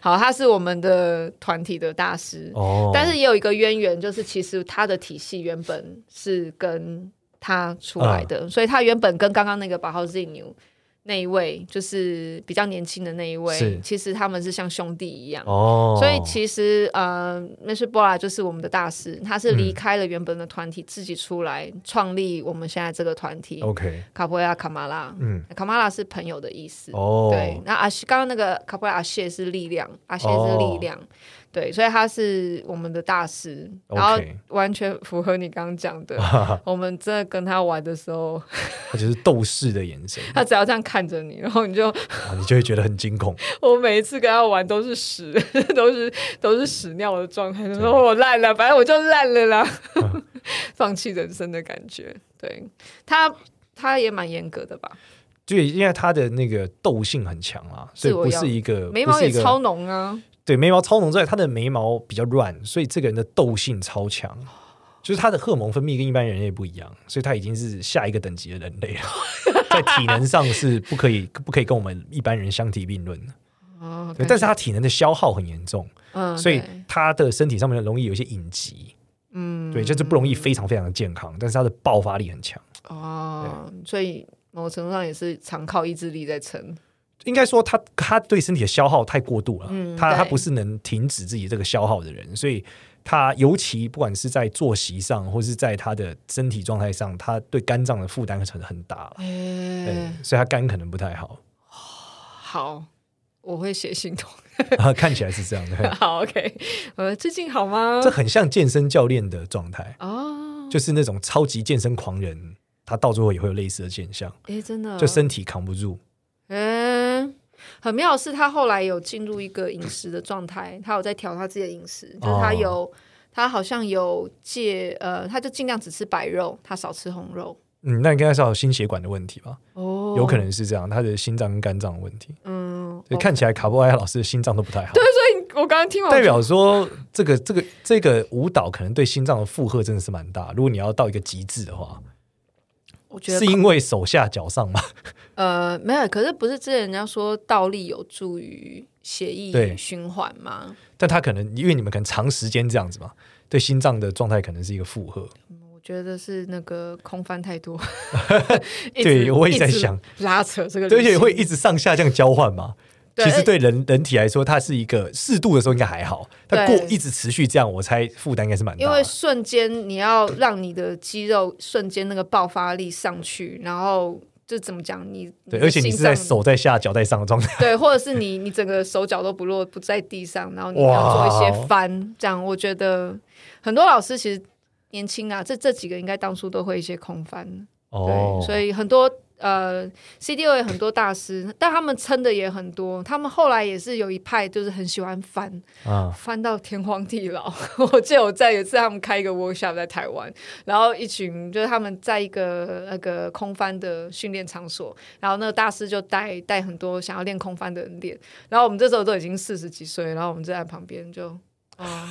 好，他是我们的团体的大师，哦，但是也有一个渊源，就是其实他的体系原本是跟他出来的，嗯所以他原本跟刚刚那个八号 Z New 那一位，就是比较年轻的那一是位，其实他们是像兄弟一样。哦，所以其实，呃，那是波拉就是我们的大师，他是离开了原本的团体，自己出来创立我们现在这个团体。 OK，卡布亚卡马拉，哦嗯，卡马拉是朋友的意思。哦，哦对，，那阿西刚刚那个卡布拉阿谢是力量，阿谢是力量，对，所以他是我们的大师，然后 OK 完全符合你刚刚讲 的。我们真的跟他玩的时候，他就是斗士的眼神，他只要这样看着你，然后你就， 啊你就会觉得很惊恐。 我每一次跟他玩都是屎， 都是都是屎尿的状态，就说我烂了，反正我就烂了啦， 放弃人生的感觉。对他，他也蛮严格的吧，对，因为他的那个斗性很强啊，自所以我不要是一个眉毛不是也一个超浓啊。对眉毛超浓之外，他的眉毛比较乱，所以这个人的斗性超强，就是他的荷尔蒙分泌跟一般人类不一样，所以他已经是下一个等级的人 类了，在体能上是不可以不可以跟我们一般人相提并论的。哦，对，但是他体能的消耗很严重，嗯，所以对他的身体上面容易有一些隐疾。嗯，对，就是不容易非常非常的健康，但是他的爆发力很强。哦，所以某种程度上也是常靠意志力在撑。应该说他他对身体的消耗太过度了，嗯他对他不是能停止自己这个消耗的人，所以他尤其不管是在作息上，或是在他的身体状态上，他对肝脏的负担很很大了，对哎，，所以他肝可能不太好， 好，我会写信通。啊看起来是这样的， 好，OK，呃，最近好吗这？很像健身教练的状态，哦，就是那种超级健身狂人，他到最后也会有类似的现象，哎，真的，就身体扛不住，嗯，很妙的是，他后来有进入一个饮食的状态，他有在调他自己的饮食，哦就是他有，他好像有戒，呃，他就尽量只吃白肉，他少吃红肉。嗯，那应该是有心血管的问题吧，哦有可，能是这样，他的心脏跟肝脏的问题，嗯，所以看起来卡布埃老师的心脏都不太好。哦我刚刚听完代表说，这个这个这个舞蹈可能对心脏的负荷真的是蛮大。如果你要到一个极致的话，我觉得是因为手下脚上嘛？呃，没有，可是不是之前人家说倒立有助于血对液循环吗？但他可能因为你们可能长时间这样子嘛，对心脏的状态可能是一个负荷。我觉得是那个空翻太 多，一对直我也在想一直拉扯这个旅对行，而且会一直上下这样交换嘛。对其实对人人体来说，它是一个适度的时候应该还好，但过对一直持续这样，我猜负担应该是蛮因大为的。瞬间你要让你的肌肉瞬间那个爆发力上去，然后就怎么讲你对，的而且你心是在脏手在下脚在上的状态，对，或者是你你整个手脚都不落不在地上，然后你哇要做一些翻，这样我觉得很多老师其实年轻啊，这这几个应该当初都会一些空翻，哦对，所以很多呃 CDO 也很多大师，但他们撑的也很多，他们后来也是有一派就是很喜欢翻，啊，翻到天荒地老。 我记得我在有一次他们开一个 workshop 在台湾，然后一群就是他们在一个那个空翻的训练场所，然后那个大师就带带很多想要练空翻的人练，然后我们这时候都已经四十几岁，然后我们就在旁边就。哦，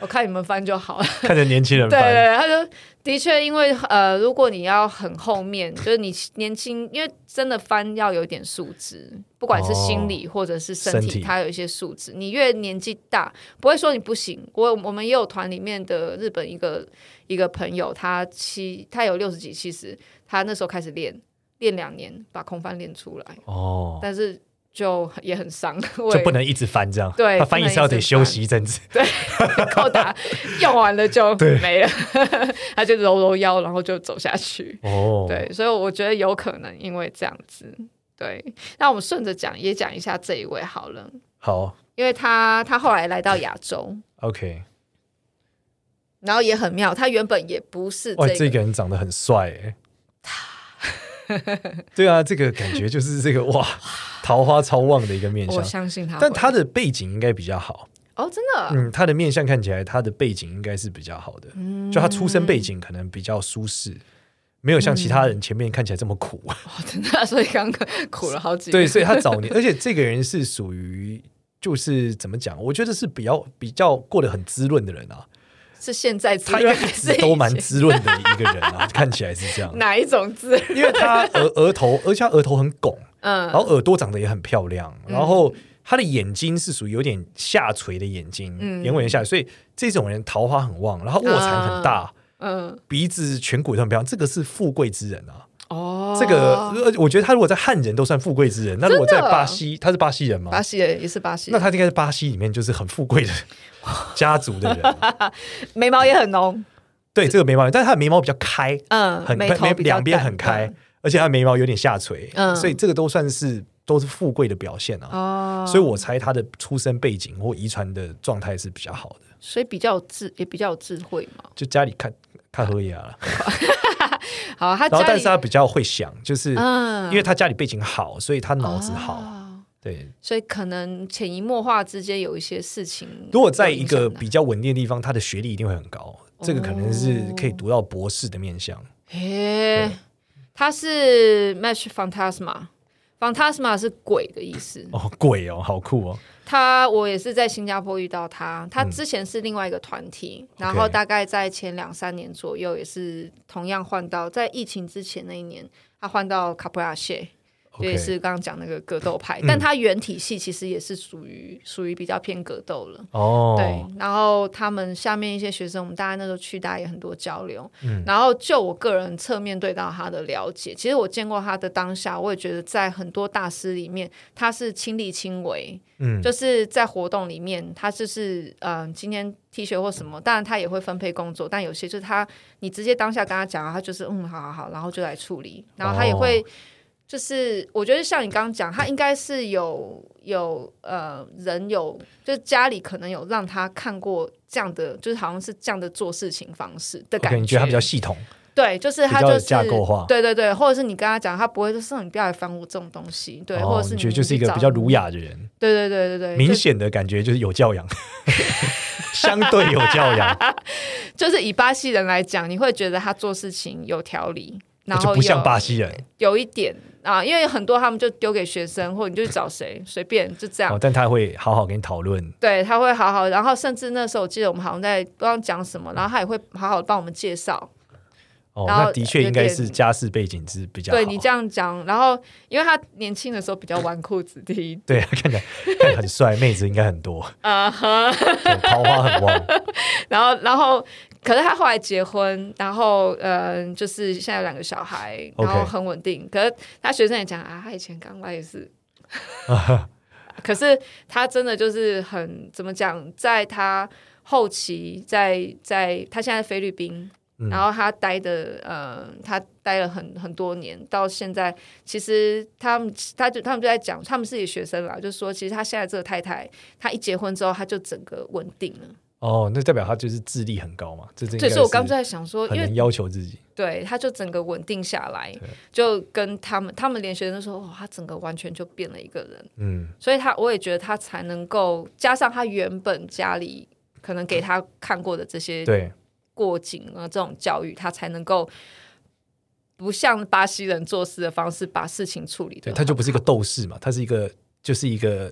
我看你们翻就好了。看着年轻人对对翻，对，他就的确，因为呃，如果你要很后 面，就是你年轻，因为真的翻要有点素质，不管是心理或者是身体，哦身体它有一些素质。你越年纪大，不会说你不行。我我们也有团里面的日本一个一个朋友，他七他有六十几七十，他那时候开始练，练两年把空翻练出来，哦，但是就也很伤，我就也不能一直翻这样。对他翻不一能次要一直得休翻息一阵子。扣 打用完了就没了， 他就揉揉腰，然后就走下去。哦，对，所以我觉得有可能因为这样子。对，那我们顺着讲，也讲一下这一位好了，好因为他他后来来到亚洲， ，OK。然后也很妙，他原本也不是哇，这这个，个人长得很帅 哎、对啊，这个感觉就是这个哇，桃花超旺的一个面我相。相信他会，但他的背景应该比较好，哦，真的，嗯，他的面相看起来，他的背景应该是比较好的，嗯就他出生背景可能比较舒适，没有像其他人前面看起来这么苦。哦真的，所以刚刚苦了好几对，年所以他早年，而且这个人是属于就是怎么讲？我觉得是比较比较过得很滋润的人啊，是现在滋他应润 该还一是直都以蛮前滋润的一个人啊，看起来是这样。哪一种滋润？因为他额额头，而且他额头很拱，嗯，然后耳朵长得也很漂亮，然后他的眼睛是属于有点下垂的眼睛，嗯眼尾下垂，所以这种人桃花很旺，然后卧蚕很大， 嗯，鼻子颧骨都很漂亮，这个是富贵之人啊。哦，这个呃我觉得他如果在汉人都算富贵之人，那如果在真的巴西，他是巴西人吗？巴西人也是巴西那人，他应该是巴西里面就是很富贵的 家族的人。眉毛也很浓，对，这个眉毛，但是他的眉毛比较开，嗯，很眉开头眉比较两边淡很开，，而且他的眉毛有点下垂，嗯所以这个都算是都是富贵的表现啊。嗯哦，所以我猜他的出生背景或遗传的状态是比较好的，所以比较有智，也比较有智慧嘛。就家里看看荷叶啊，好，他然后家但里是他比较会想，就是嗯因为他家里背景好，所以他脑子好。哦对，所以可能潜移默化之间有一些事情。如果在一有个影响的比较稳定的地方，他的学历一定会很高，这个可能是可以读到博士的面向。诶，他是 Match Phantasma。Phantasma 是鬼的意思，哦，鬼哦，好酷哦，他我也是在新加坡遇到他，他之前是另外一个团体，嗯然后大概在前两三年左右也是同样换到在疫情之前那一年，他换到卡布拉谢， OK 嗯也是刚刚讲那个格斗派，但他原体系其实也是属于属于比较偏格斗了。哦，对，然后他们下面一些学生，我们大家那时候去，大家也很多交流。嗯然后就我个人侧面对到他的了解，其实我见过他的当下，我也觉得在很多大师里面，他是亲力亲为，嗯，就是在活动里面，他就是嗯、呃今天 T 恤或什么，当然他也会分配工作，但有些就是他，你直接当下跟他讲，他就是嗯，好好好，然后就来处理，然后他哦也会。就是我觉得像你刚刚讲，他应该是有有呃人有，就是家里可能有让他看过这样的，就是好像是这样的做事情方式的 OK，感你觉得他比较系统？对，就是他比较就有是架构化对对对，或者是你跟他讲，他不会就说你不要来烦我这种东西，对，哦或者是你你觉得就是一个比较儒雅，雅的人，对对对对对，明就显的感觉就是有 教养，相对有教养，就是以巴西人来讲，你会觉得他做事情有条理，然后就不像有巴西人有一点啊，因为很多他们就丢给学生，或者你就去找谁随便就这样哦，。但他会好好跟你讨论。对，他会好好，然后甚至那时候我记得我们好像在不知道讲什么，然后他也会好好地帮我们介绍。哦，然后那的确应该有是点家世背景是比较好对你这样讲，然后因为他年轻的时候比较纨绔子弟，对，啊看起来看起来很帅， 妹子应该很多，啊哈，对桃花很旺。然后然后可是他后来结婚，然后嗯、呃就是现在有两个小孩，然后 OK 很稳定。可是他学生也讲啊，他以前刚来也 是。可是他真的就是很怎么讲，在他后期，在在他现在在菲律宾，嗯然后他待的呃，他待了很很多年，到现在其实他们他就他们就在讲，他们自己学生啦，就说其实他现在这个太太，她一结婚之后，她就整个稳定了。哦，那代表他就是智力很高嘛，这这应对，该所以我刚就在想说，很因为能要求自己。对，她就整个稳定下来，就跟他们他们连学生都说，哇，她整个完全就变了一个人。嗯，所以她我也觉得她才能够加上她原本家里可能给她看过的这些对，过紧啊这种教育，他才能够不像巴西人做事的方式把事情处理的，对，他就不是一个斗士嘛，他是一个就是一个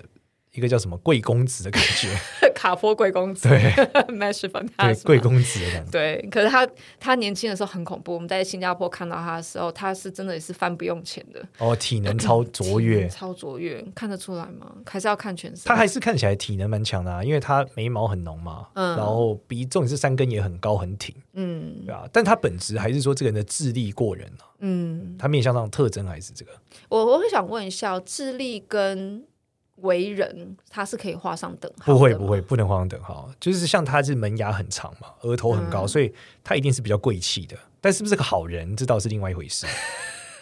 一个叫什么贵公子的感觉， 卡坡贵公 子对，Mesh 对， Fantasma 贵公子 的感觉。对，可是他他年轻的时候很恐怖。我们在新加坡看到他的时候，他是真的也是翻不用钱的，哦，体能超嗯卓体能越，超卓越，看得出来吗？还是要看全身。他还是看起来体能蛮强的、啊，因为他眉毛很浓嘛，嗯然后鼻重点是三根也很高很挺，嗯对啊，但他本质还是说这个人的智力过人啊，嗯，他面向上的特征还是这个。我我会想问一下，哦智力跟为人，他是可以画上等号的不会吗不会，不能画上等号。就是像他是门牙很长嘛，额头嗯很高，所以他一定是比较贵气的。但是不是个好人，这倒是另外一 回事。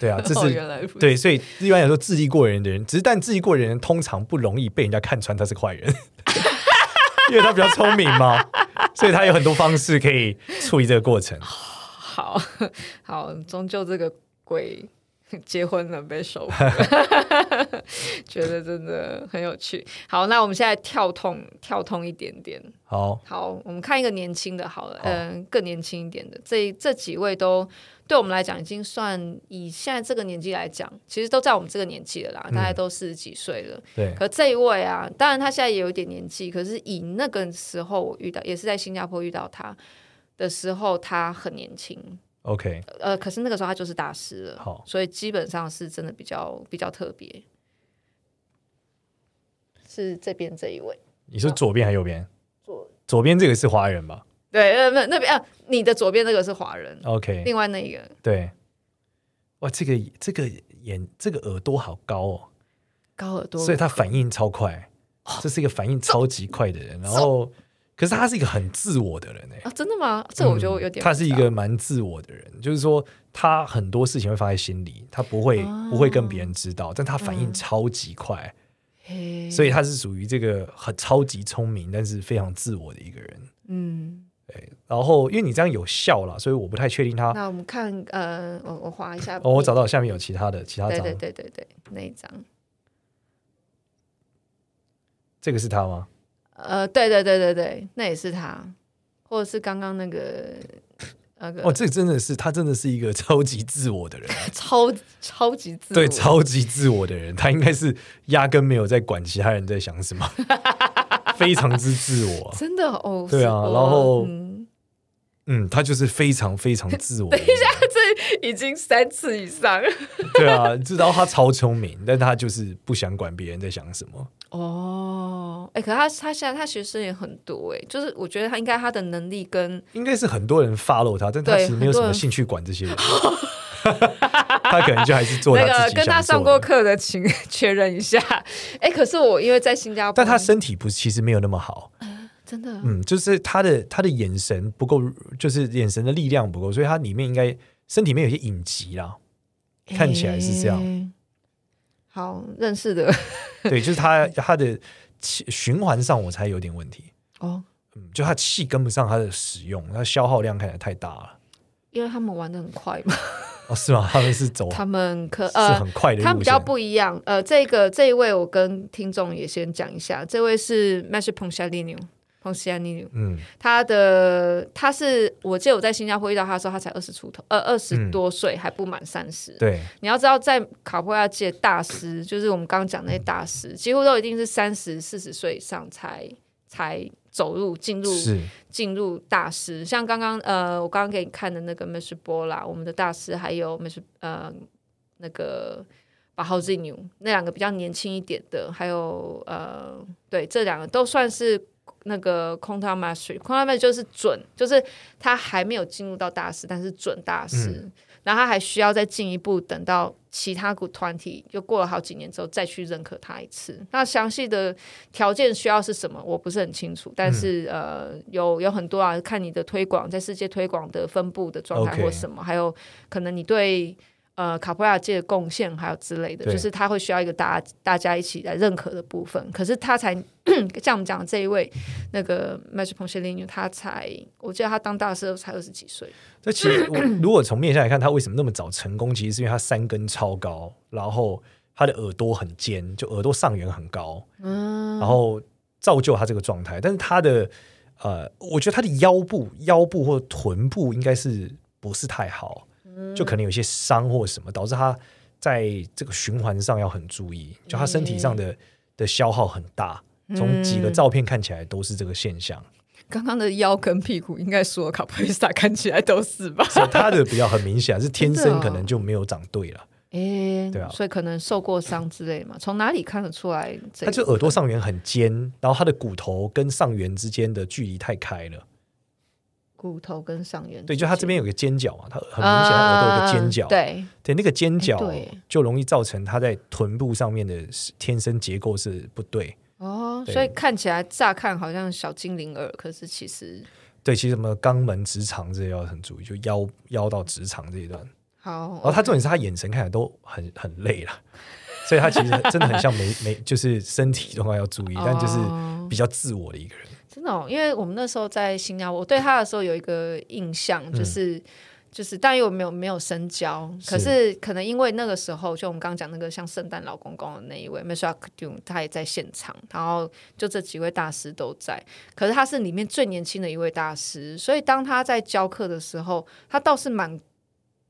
对啊，这哦是原来不是对，所以一般来说，智力过人的人，只是但智力过人的人通常不容易被人家看穿他是坏人， 因为他比较聪明嘛，所以他有很多方式可以处理这个过程。好好，终究这个鬼 结婚了被收服， 觉得真的很有趣。好，那我们现在跳通跳通一点点。好，好，我们看一个年轻的好了，好嗯，更年轻一点的，这这几位都对我们来讲已经算以现在这个年纪来讲，其实都在我们这个年纪了啦，大嗯概都四十几岁了。对，可这一位啊，当然他现在也有一点年纪，可是以那个时候我遇到，也是在新加坡遇到他的时候，他很年轻， OK，呃，可是那个时候他就是大师了，好所以基本上是真的比较比较特别。是这边这一位，你是左边还是右边？左左边这个是华人吧对，呃，那那边啊，你的左边那个是华人， ？OK，另外那一个对，哇，这个这个眼这个耳朵好高哦，高耳朵，所以他反应超快，这是一个反应超级快的人。然后，可是他是一个很自我的人哎、啊，真的吗？这我就有点、嗯他是一个蛮自我的人，就是说他很多事情会放在心里，他不会、啊不会跟别人知道，但他嗯反应超级快，嘿，所以他是属于这个很超级聪明，但是非常自我的一个人。嗯，对，然后因为你这样有效啦，所以我不太确定他。那我们看，呃，我我划一下，哦，我找到下面有其他的其他对张，对对对对，那一张，这个是他吗？呃，对对对对对，那也是他，或者是刚刚那个那个、哦，这个真的是他，真的是一个 超级自我的人， 啊超超级自我对，超级自我的人，他应该是压根没有在管其他人在想什么， 非常之自我。真的哦，对是啊哦然后嗯、嗯，他就是非常非常自我的人。 这已经三次以上了 对啊，知道他超聪明，但他就是不想管别人在想什么。哦，哎、可他他现在他学生也很多哎，就是我觉得他应该他的能力跟应该是很多人 follow 他，但他对其实没很多有什人么兴趣管这些人。他可能就还是做 那他自个己跟他想上做过的。课的，请 确认一下。哎、可是我因为在新加坡，但他身体不是，其实没有那么好。真的、嗯，就是他的他的眼神不够，就是眼神的力量不够，所以他里面应该身体里面有些隐疾啦。看起来是这样诶好认识的对，就是 他他的气循环上我才有点问题。哦，嗯，就他气跟不上他的使用，他消耗量看起来太大了。因为他们玩的很快嘛，哦，是吗？他们是走他们可是呃很快的路线，他们比较不一样，呃，这个这一位我跟听众也先讲一下，这位是 m a s h p o n c i a l i n o p o n c i a l i n o 嗯他的他是我记得我在新加坡遇到他的时候，他才二十出头，呃，二十嗯多岁、还不满三十，对。你要知道，在卡布亚界大师，就是我们刚刚讲那些大师，几乎都一定是三十四十岁以上才才走入进入是，进入大师。像刚刚呃，我刚刚给你看的那个 Mr. Bola，我们的大师，还有 Mr. 呃那个 b a h a z i n u 那两个比较年轻一点的，还有呃对，这两个都算是。那个空他 master，空他 master 就是准，就是他还没有进入到大师，但是准大师，然后他还需要再进一步等到其他股团体又过了好几年之后再去认可他一次。那详细的条件需要是什么，我不是很清楚，但是、呃，有有很多啊，看你的推广在世界推广的分布的状态 OK 或什么还有可能你对。呃，卡普亚界的贡献还有之类的，对就是他会需要一个大家大家一起来认可的部分。可是他才 像我们讲的这一位那个 Magic p o n c h e l i n o 他才我记得他当大师的时候才二十几岁，这其实 我如果从面下来看，他为什么那么早成功，其实是因为他三根超高，然后他的耳朵很尖，就耳朵上缘很高，嗯，然后造就他这个状态。但是他的呃，我觉得他的腰部、腰部或臀部应该是不是太好，嗯就可能有一些伤或什么，导致他在这个循环上要很注意，就他身体上哎的、的消耗很大。嗯从几个照片看起来都是这个现象，刚刚的腰跟屁股，应该所有卡普里斯塔看起来都是吧？所以他的比较很明显，是天真的生哦可能就没有长对了。诶，对啊所以可能受过伤之类嘛？从哪里看得出来这他个？就耳朵上缘很尖，然后他的骨头跟上缘之间的距离太开了。骨头跟上缘之间，对，就他这边有个尖角嘛，他很明显他耳朵有个尖角，啊对，对，那个尖角哎对就容易造成他在臀部上面的天生结构是不对。哦，对所以看起来乍看好像小精灵耳，可是其实对，其实什么肛门、直肠这些要很注意，就腰腰到直肠这一段。好然哦后他重点是他眼神看起来都很很累了，所以他其实真的很像没没就是身体的话要注意，但就是哦比较自我的一个人。真的、哦，因为我们那时候在新加坡，我对他的时候有一个印象，就是、就是，但又没有没有深交，嗯是可是可能因为那个时候，就我们刚刚讲那个像圣诞老公公的那一位 m i s h a k d u n 他也在现场，然后就这几位大师都在，可是他是里面最年轻的一位大师，所以当他在教课的时候，他倒是蛮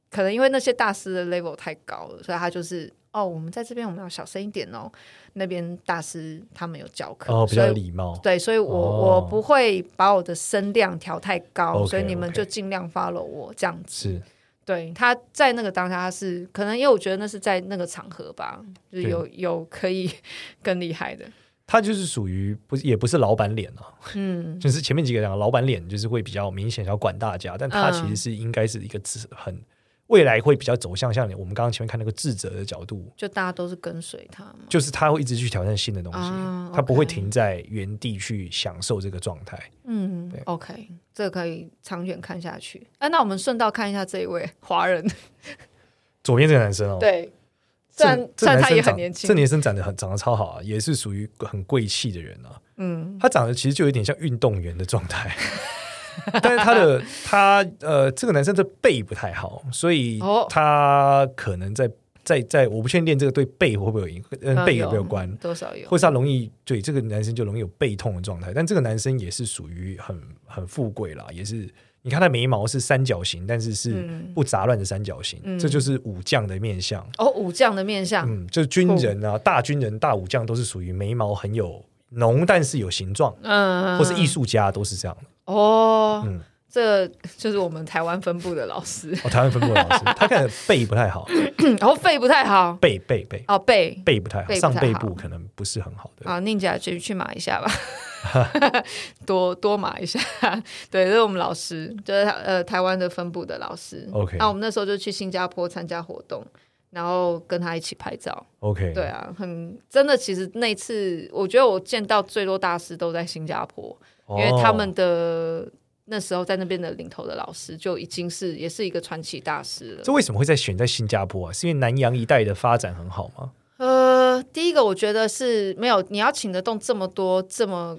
可能因为那些大师的 level 太高了，所以他就是。哦，我们在这边我们要小声一点哦。那边大师他们有教课，哦，比所较以有礼貌。对，所以我、哦我不会把我的声量调太高 OK，所以你们 OK 就尽量 follow 我这样子。是，对，他在那个当下，他是可能因为我觉得那是在那个场合吧，就是对有有可以更厉害的。他就是属于不是也不是老板脸啊，嗯，就是前面几个讲老板脸就是会比较明显，要管大家，但嗯他其实是应该是一个自很未来会比较走向像我们刚刚前面看那个智者的角度，就大家都是跟随他嘛。就是他会一直去挑战新的东西，啊他不会 OK 停在原地去享受这个状态。嗯对，OK，这个可以长远看下去。哎、那我们顺道看一下这一位华人，左边这个男生哦，对，这，虽然这虽然他男生也很长年轻这男生长得很长得超好啊，也是属于很贵气的人啊。嗯，他长得其实就有点像运动员的状态， 但是他的他呃，这个男生的背不太好，所以哦他可能在在在，我不确定练这个对背会不会有影，嗯，背有没有关，多少有或是他容易对这个男生就容易有背痛的状态。但这个男生也是属于很很富贵啦，也是你看他眉毛是三角形，但是是嗯不杂乱的三角形，嗯这就是武将的面相。哦，武将的面相，嗯，就是军人啊，大军人、大武将都是属于眉毛很有浓，但是有形状，嗯，或是艺术家都是这样。哦，嗯这就是我们台湾分部的老师，哦，台湾分部 的老师，他看背不太好，然后肺不太好，背背背哦背背不太好，背不上太背好部可能不是很好的。啊，宁姐去去码一下 吧，多多码一下。对，这是我们老师，就是他呃台湾的分部的老师。 OK 那我们那时候就去新加坡参加活动，然后跟他一起拍照。 OK，对啊，很真的。其实那次我觉得我见到最多大师都在新加坡，哦，因为他们的那时候在那边的领头的老师就已经是也是一个传奇大师了。这为什么会在选在新加坡啊？是因为南洋一带的发展很好吗？呃，第一个我觉得是没有，你要请得动这么多这么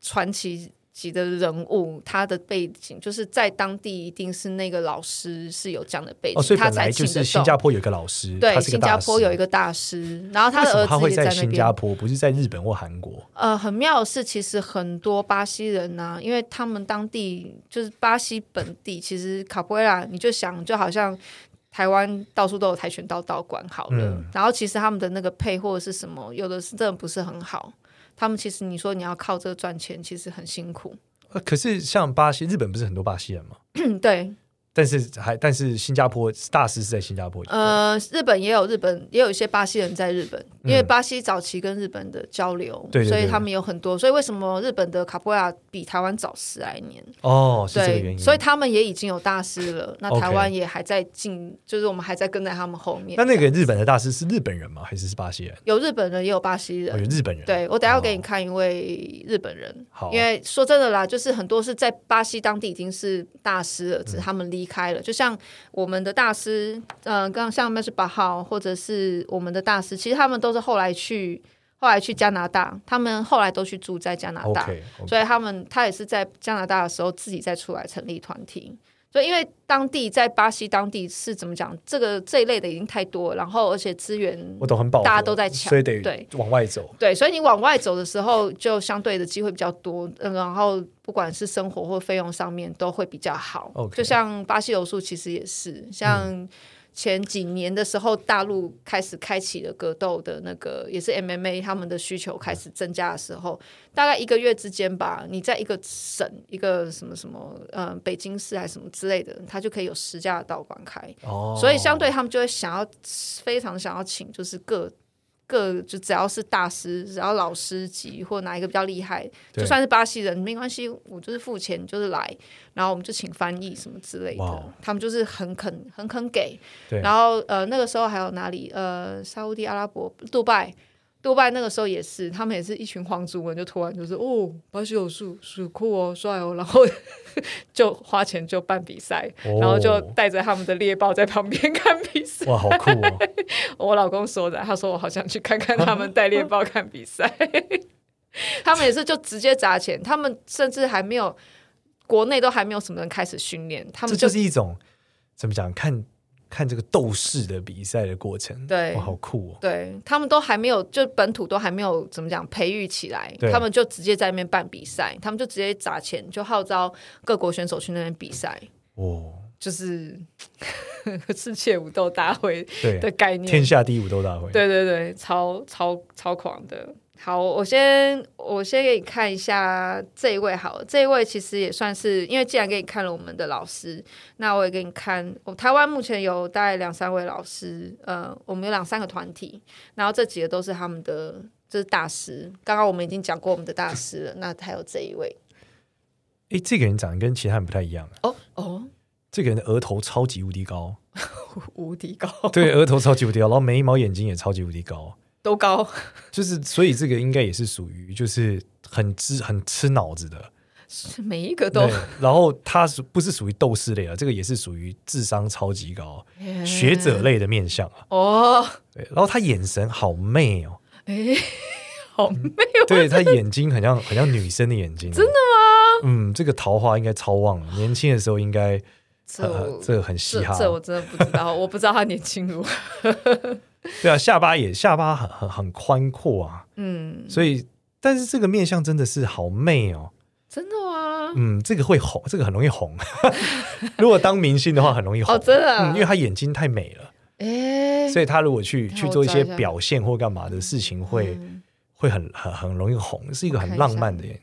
传奇级的人物，他的背景就是在当地一定是那个老师是有这样的背景，哦，所以他本才来请就得是新加动。坡有一个老师，对，他是个新大加师坡有一个大师，然后他为的什么儿他会子也在那新边加。坡，不是在日本或韩国？呃，很妙的是，其实很多巴西人呐、因为他们当地就是巴西本地，其实卡布埃拉，你就想就好像台湾到处都有跆拳道道馆好了，嗯然后其实他们的那个配或者是什么，有的是真的不是很好。他们其实你说你要靠这个赚钱，其实很辛苦。 呃可是像巴西，日本不是很多巴西人吗？嗯，对，但是还但是新加坡大师是在新加坡，呃，日本也有日本也有一些巴西人在日本，因为巴西早期跟日本的交流，嗯对对所以对他们有很多。所以为什么日本的卡布埃拉比台湾早十来年？哦，是这个原对，因。所以他们也已经有大师了，那 OK 台湾也还在进，就是我们还在跟在他们后面。那那个日本的大师是日本人吗？还是是巴西人？有日本人，也有巴西哦，有人。日本人。，对我等一下哦要给你看一位日本人，好因为说真的啦，就是很多是在巴西当地已经是大师嗯了，只是他们离开了。就像我们的大师，嗯、呃，刚像那是八号，或者是我们的大师，其实他们都是后来去，后来去加拿大，他们后来都去住在加拿大。 OK，所以他们他也是在加拿大的时候自己再出来成立团体。所以因为当地在巴西当地是怎么讲，这个这一类的已经太多了，然后而且资源我懂很饱和，大家都在抢所以得对往外走。对，所以你往外走的时候，就相对的机会比较多，嗯、然后不管是生活或费用上面都会比较好。 OK 就像巴西柔术其实也是，像前几年的时候，大陆开始开启了格斗的那个，也是 MMA 他们的需求开始增加的时候，大概一个月之间吧，你在一个省一个什么什么，嗯、北京市还是什么之类的，它就可以有十家的道馆开。哦，所以相对他们就会想要非常想要请，就是各各就只要是大师，只要老师级或哪一个比较厉害，对就算是巴西人没关系，我就是付钱你就是来，然后我们就请翻译什么之类哇哦的，他们就是很肯很肯给。对然后呃那个时候还有哪里呃沙烏地阿拉伯杜拜。杜拜那个时候也是，他们也是一群黄族人，就突然就是哦，巴西有树，树酷哦，帅哦，然后 就花钱就办比赛，哦然后就带着他们的猎豹在旁边看比 赛。哇，好酷哦！我老公说的，他说我好想去看看他们带猎豹看比赛。 他们也是就直接砸钱，他们甚至还没有国内都还没有什么人开始训练，他这们就就是一种怎么讲？看看这个斗士的比赛的过程，对哇，好酷哦！对他们都还没有，就本土都还没有怎么讲培育起来对，他们就直接在那边办比赛，他们就直接砸钱，就号召各国选手去那边比赛，哦，就是 世界武斗大会的对，啊概念。天下第一武斗大会，对对对，超超超狂的。好，我先我先给你看一下这一位好了，这一位其实也算是，因为既然给你看了我们的老师，那我也给你看，我台湾目前有嗯大概两三位老师，呃，我们有两三个团体，然后这几个都是他们的这是大师。刚刚我们已经讲过我们的大师了，那还有这一位诶，这个人长得跟其他人不太一样，啊哦哦，这个人的额头超级无敌高，无敌 高，对，额头超级无 敌高，然后眉毛、眼睛也超级无敌高，都高，就是所以这个应该也是属于就是很吃很吃脑子的，是每一个都对。然后他是不是属于斗士类啊？这个也是属于智商超级高、嗯学者类的面相 啊。哦，对，然后他眼神好媚哦，嗯哎， 好哦美，对他眼睛很像很像女生的眼睛，真的吗？嗯，这个桃花应该超旺哦了，年轻的时候应该这呃我这个很稀这罕。这我真的不知道，我不知道他年轻如何。对啊，下巴也下巴很很很宽阔啊，嗯，所以但是这个面相真的是好媚哦，真的吗？嗯，这个会红，这个很容易红。 如果当明星的话，很容易红，哦真的啊嗯，因为他眼睛太美了，哎，嗯所以他如果去等一下去做一我些找一下表现或干嘛的事情，会嗯会很很很容易红，是一个我看很一下浪漫的人。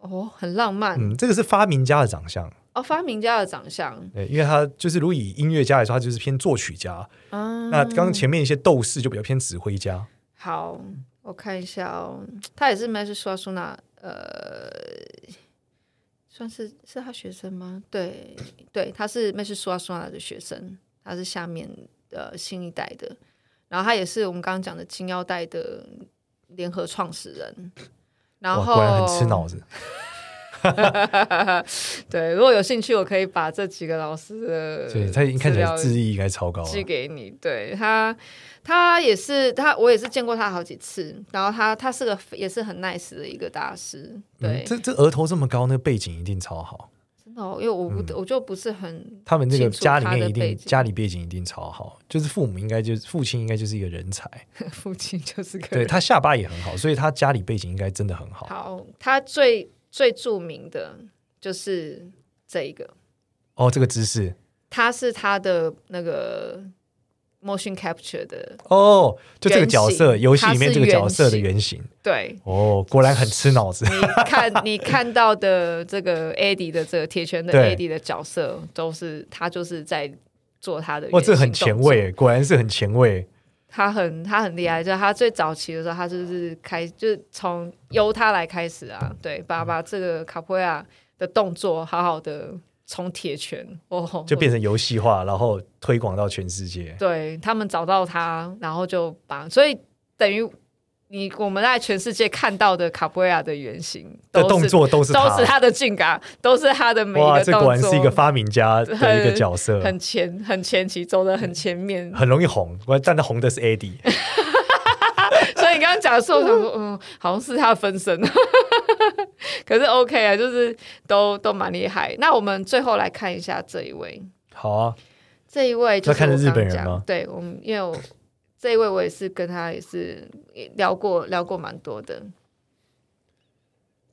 哦，很浪漫嗯，这个是发明家的长相，哦，发明家的长相对，因为他就是如果以音乐家来说，他就是偏作曲家。啊。那刚刚前面一些斗士就比较偏指挥家，好，我看一下哦，他也是 m a s s 苏纳，呃，算是是他学生吗？对，对，他是 m a s s 苏纳的学生，他是下面呃新一代的，然后他也是我们刚刚讲的金腰带的联合创始人。然哇，后果然很吃脑子。 对，如果有兴趣，我可以把这几个老师的对他已经看起呃资来料智力应该超高了。嗯寄给你。对他，他也是他，我也是见过他好几次。然后他，他是个也是很 nice 的一个大师。对，嗯，这这额头这么高，那个背景一定超好。真的、哦，因为我不、嗯我就不是很他们这个清楚家里他面的一背定景家里背景一定超好，就是父母应该就是父亲应该就是一个人 才，父亲就是个对他下巴也很好，所以他家里背景应该真的很好。好，他最最著名的就是这一个，哦，这个姿势他是他的那个 motion capture 的，哦，就这个角色原型游戏里面这个角它色的是原型对。哦，果然很吃脑子。你看，你看到的这个 Eddie 的这个铁拳的对 Eddie 的角色，都是他就是在做他的。哇，这很前卫，果然是很前卫。他很他很厉害，嗯就是他最早期的时候，他就是开就是从由他来开始啊，对，嗯把把这个卡普亚的动作好好的从铁拳哦，就变成游戏化，然后推广到全世界。 对他们找到他，然后就把所以等于你我们在全世界看到的卡普亚的原型的都动是作都是都是他的劲感，都是他的每一哇，个这动果作，然是一个发明家的一个很角色，很很前很前期走的很前面，容易红。我站在红的 是 AD，所以你刚刚讲的时候，我想说，嗯，好像是他的分身， 可是 OK 啊，就是都都蛮厉害。那我们最后来看一下这一位，好啊，这一位就是要看我日刚刚本人讲吗对，我们因为我这一位我也是跟他也是聊过聊过蛮多的。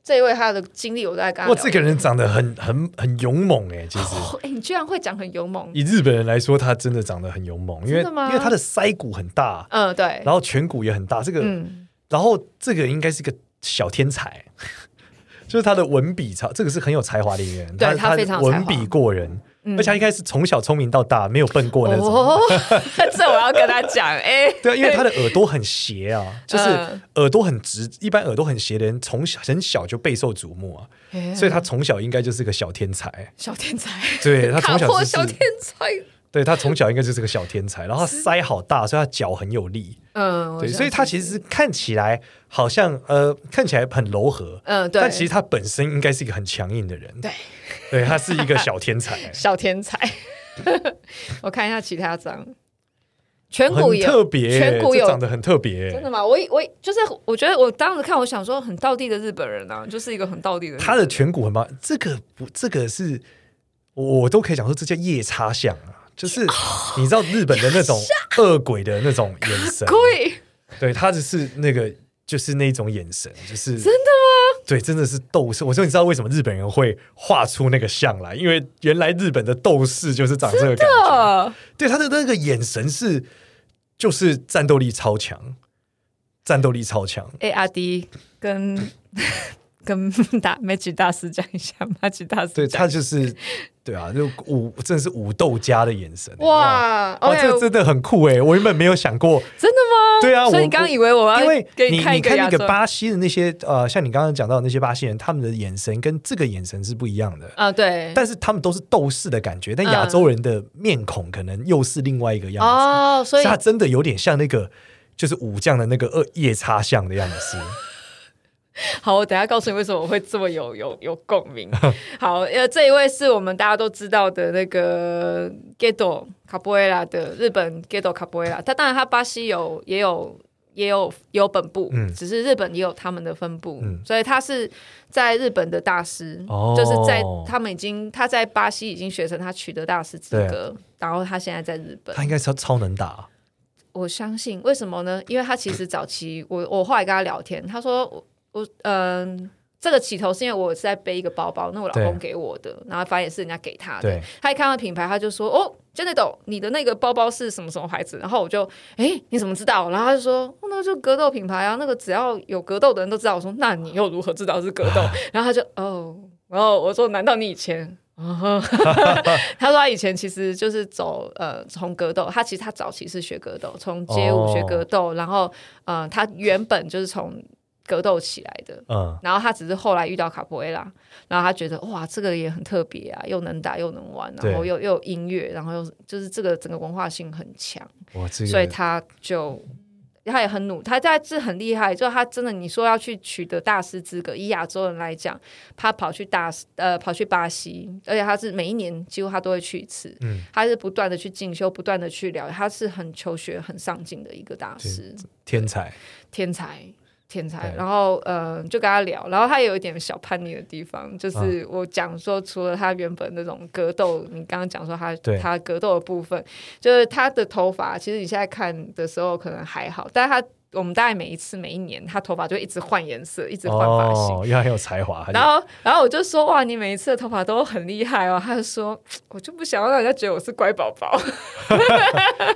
这一位他的经历我都在跟他哇，聊。这个人长得很很很勇猛哎、其实。哦，哎、你居然会讲很勇猛，以日本人来说，他真的长得很勇猛，因为真的吗因为他的腮骨很大，嗯，对，然后颧骨也很大，这个、嗯，然后这个应该是个小天才， 就是他的文笔超，这个是很有才华的一个人，对他他非常有才文华嗯笔过人，而且他应该是从小聪明到大，没有笨过那种。哦， 这我要跟他讲，哎、 对啊，因为他的耳朵很斜啊，就是嗯耳朵很直，一般耳朵很斜的人从小很小就备受瞩目啊，嗯所以他从小应该就是个小天才。小天才，对他从小卡破就小是天，才， 对他从小应该就是个小天才，然后他腮好大，所以他脚很有力。嗯，对，所以他其实是看起来好像呃，看起来很柔和，嗯，对，但其实他本身应该是一个很强硬的人。对，，对他是一个小天才 小天才。我看一下其他张，颧骨很有特别，颧骨这长有。得很特别。真的吗？我以我以就是我觉得我当时看，我想说很道地的日本人啊，就是一个很道地的日本人。他的颧骨很棒，这个不，这个是我都可以讲说，这叫夜叉像啊，就是你知道日本的那种恶鬼的那种眼神，贵对他只是那个就是那种眼神，就是真的吗？对，真的是斗士。我说你知道为什么日本人会画出那个像来？因为原来日本的斗士就是长这个感觉，的，对他的那个眼神是就是战斗力超强，战斗力超强。 哎、阿迪跟跟大 Magic 大师讲一下，Magic 大师对讲他就是，对啊，就武真的是武斗家的眼神，哇哇哦哇， ，OK，这真的很酷哎！我原本没有想过，真的吗？对啊，所以我你刚刚以为我因要为给你看一看亚那洲个巴西的那些呃，像你刚刚讲到的那些巴西人，他们的眼神跟这个眼神是不一样的。啊，对，但是他们都是斗士的感觉，但嗯亚洲人的面孔可能又是另外一个样子，哦，所以他真的有点像那个就是武将的那个二夜叉像的样子。 好，我等一下告诉你为什么我会这么有有有共鸣。好，呃，这一位是我们大家都知道的那个 Gedo Capoeira 的日本 Gedo Capoeira，他当然他巴西有也有也有也有本部，嗯只是日本也有他们的分部，嗯所以他是在日本的大师，哦就是在他们已经他在巴西已经学成他取得大师资啊格，然后他现在在日本他。应该超超能打、我相信，为什么呢？因为他其实早期，我我后来跟他聊天，他说我我嗯、这个起头是因为我是在背一个包包，那我老对公给我的，然后反正也是人家给他的对。他一看到品牌，他就说：“哦，真的懂，你的那个包包是什么什么牌子？”然后我就：“哎，你怎么知道？”然后他就说：“哦、那就格斗品牌啊，那个只要有格斗的人都知道。”我说：“那你又如何知道是格 斗？”然后他就：“哦。”然后我说：“难道你以前？”哦他说他以前其实就是走呃从格斗，他其实他早期是学格斗，从街舞学格斗，然后呃他原本就是从格斗起来的，嗯，然后他只是后来遇到卡布埃拉，然后他觉得哇，这个也很特别啊，又能打又能玩，对然后又又有音乐，然后又就是这个整个文化性很强，哇，这所以个他就他也很努，他在这很厉害，就他真的你说要去取得大师资格，以亚洲人来讲，他跑去大呃跑去巴西，而且他是每一年几乎他都会去一次，嗯他是不断的去进修，不断的去了解，他是很求学很上进的一个大师。天才，天才，天才。对然后呃，就跟他聊，然后他有一点小叛逆的地方，嗯就是我讲说，除了他原本那种格斗，你刚刚讲说他对他格斗的部分，就是他的头发，其实你现在看的时候可能还好，但是他我们大概每一次每一年，他头发就会一直换颜色，一直换发型。哦，因为他很有才华，他就然后，然后我就说：“哇，你每一次的头发都很厉害哦。”他就说：“我就不想要让人家觉得我是乖宝宝。”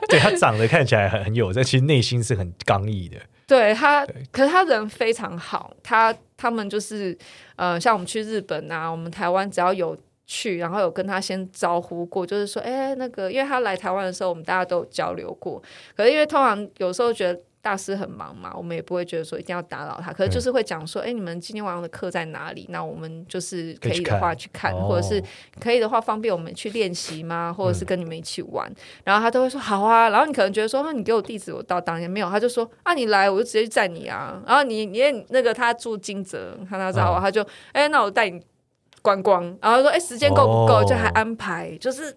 对他长得看起来很很有，但其实内心是很刚毅的。对他对，可是他人非常好，他他们就是呃，像我们去日本啊，我们台湾只要有去，然后有跟他先招呼过，就是说，哎、那个，因为他来台湾的时候，我们大家都有交流过，可是因为通常有时候觉得。大师很忙嘛，我们也不会觉得说一定要打扰他，可是就是会讲说，哎、你们今天晚上的课在哪里？那我们就是可可以以去的看话去看，哦或者是可以的话，方便我们去练习吗？或者是跟你们一起玩？然后他都会说好啊。然后你可能觉得说，那你给我地址，我到当天没有，他就说啊，你来我就直接去载你啊。然后你你也那个他住金泽，看他知道我，嗯他就哎、那我带你观光。然后说哎、时间够不够？哦就还安排，就是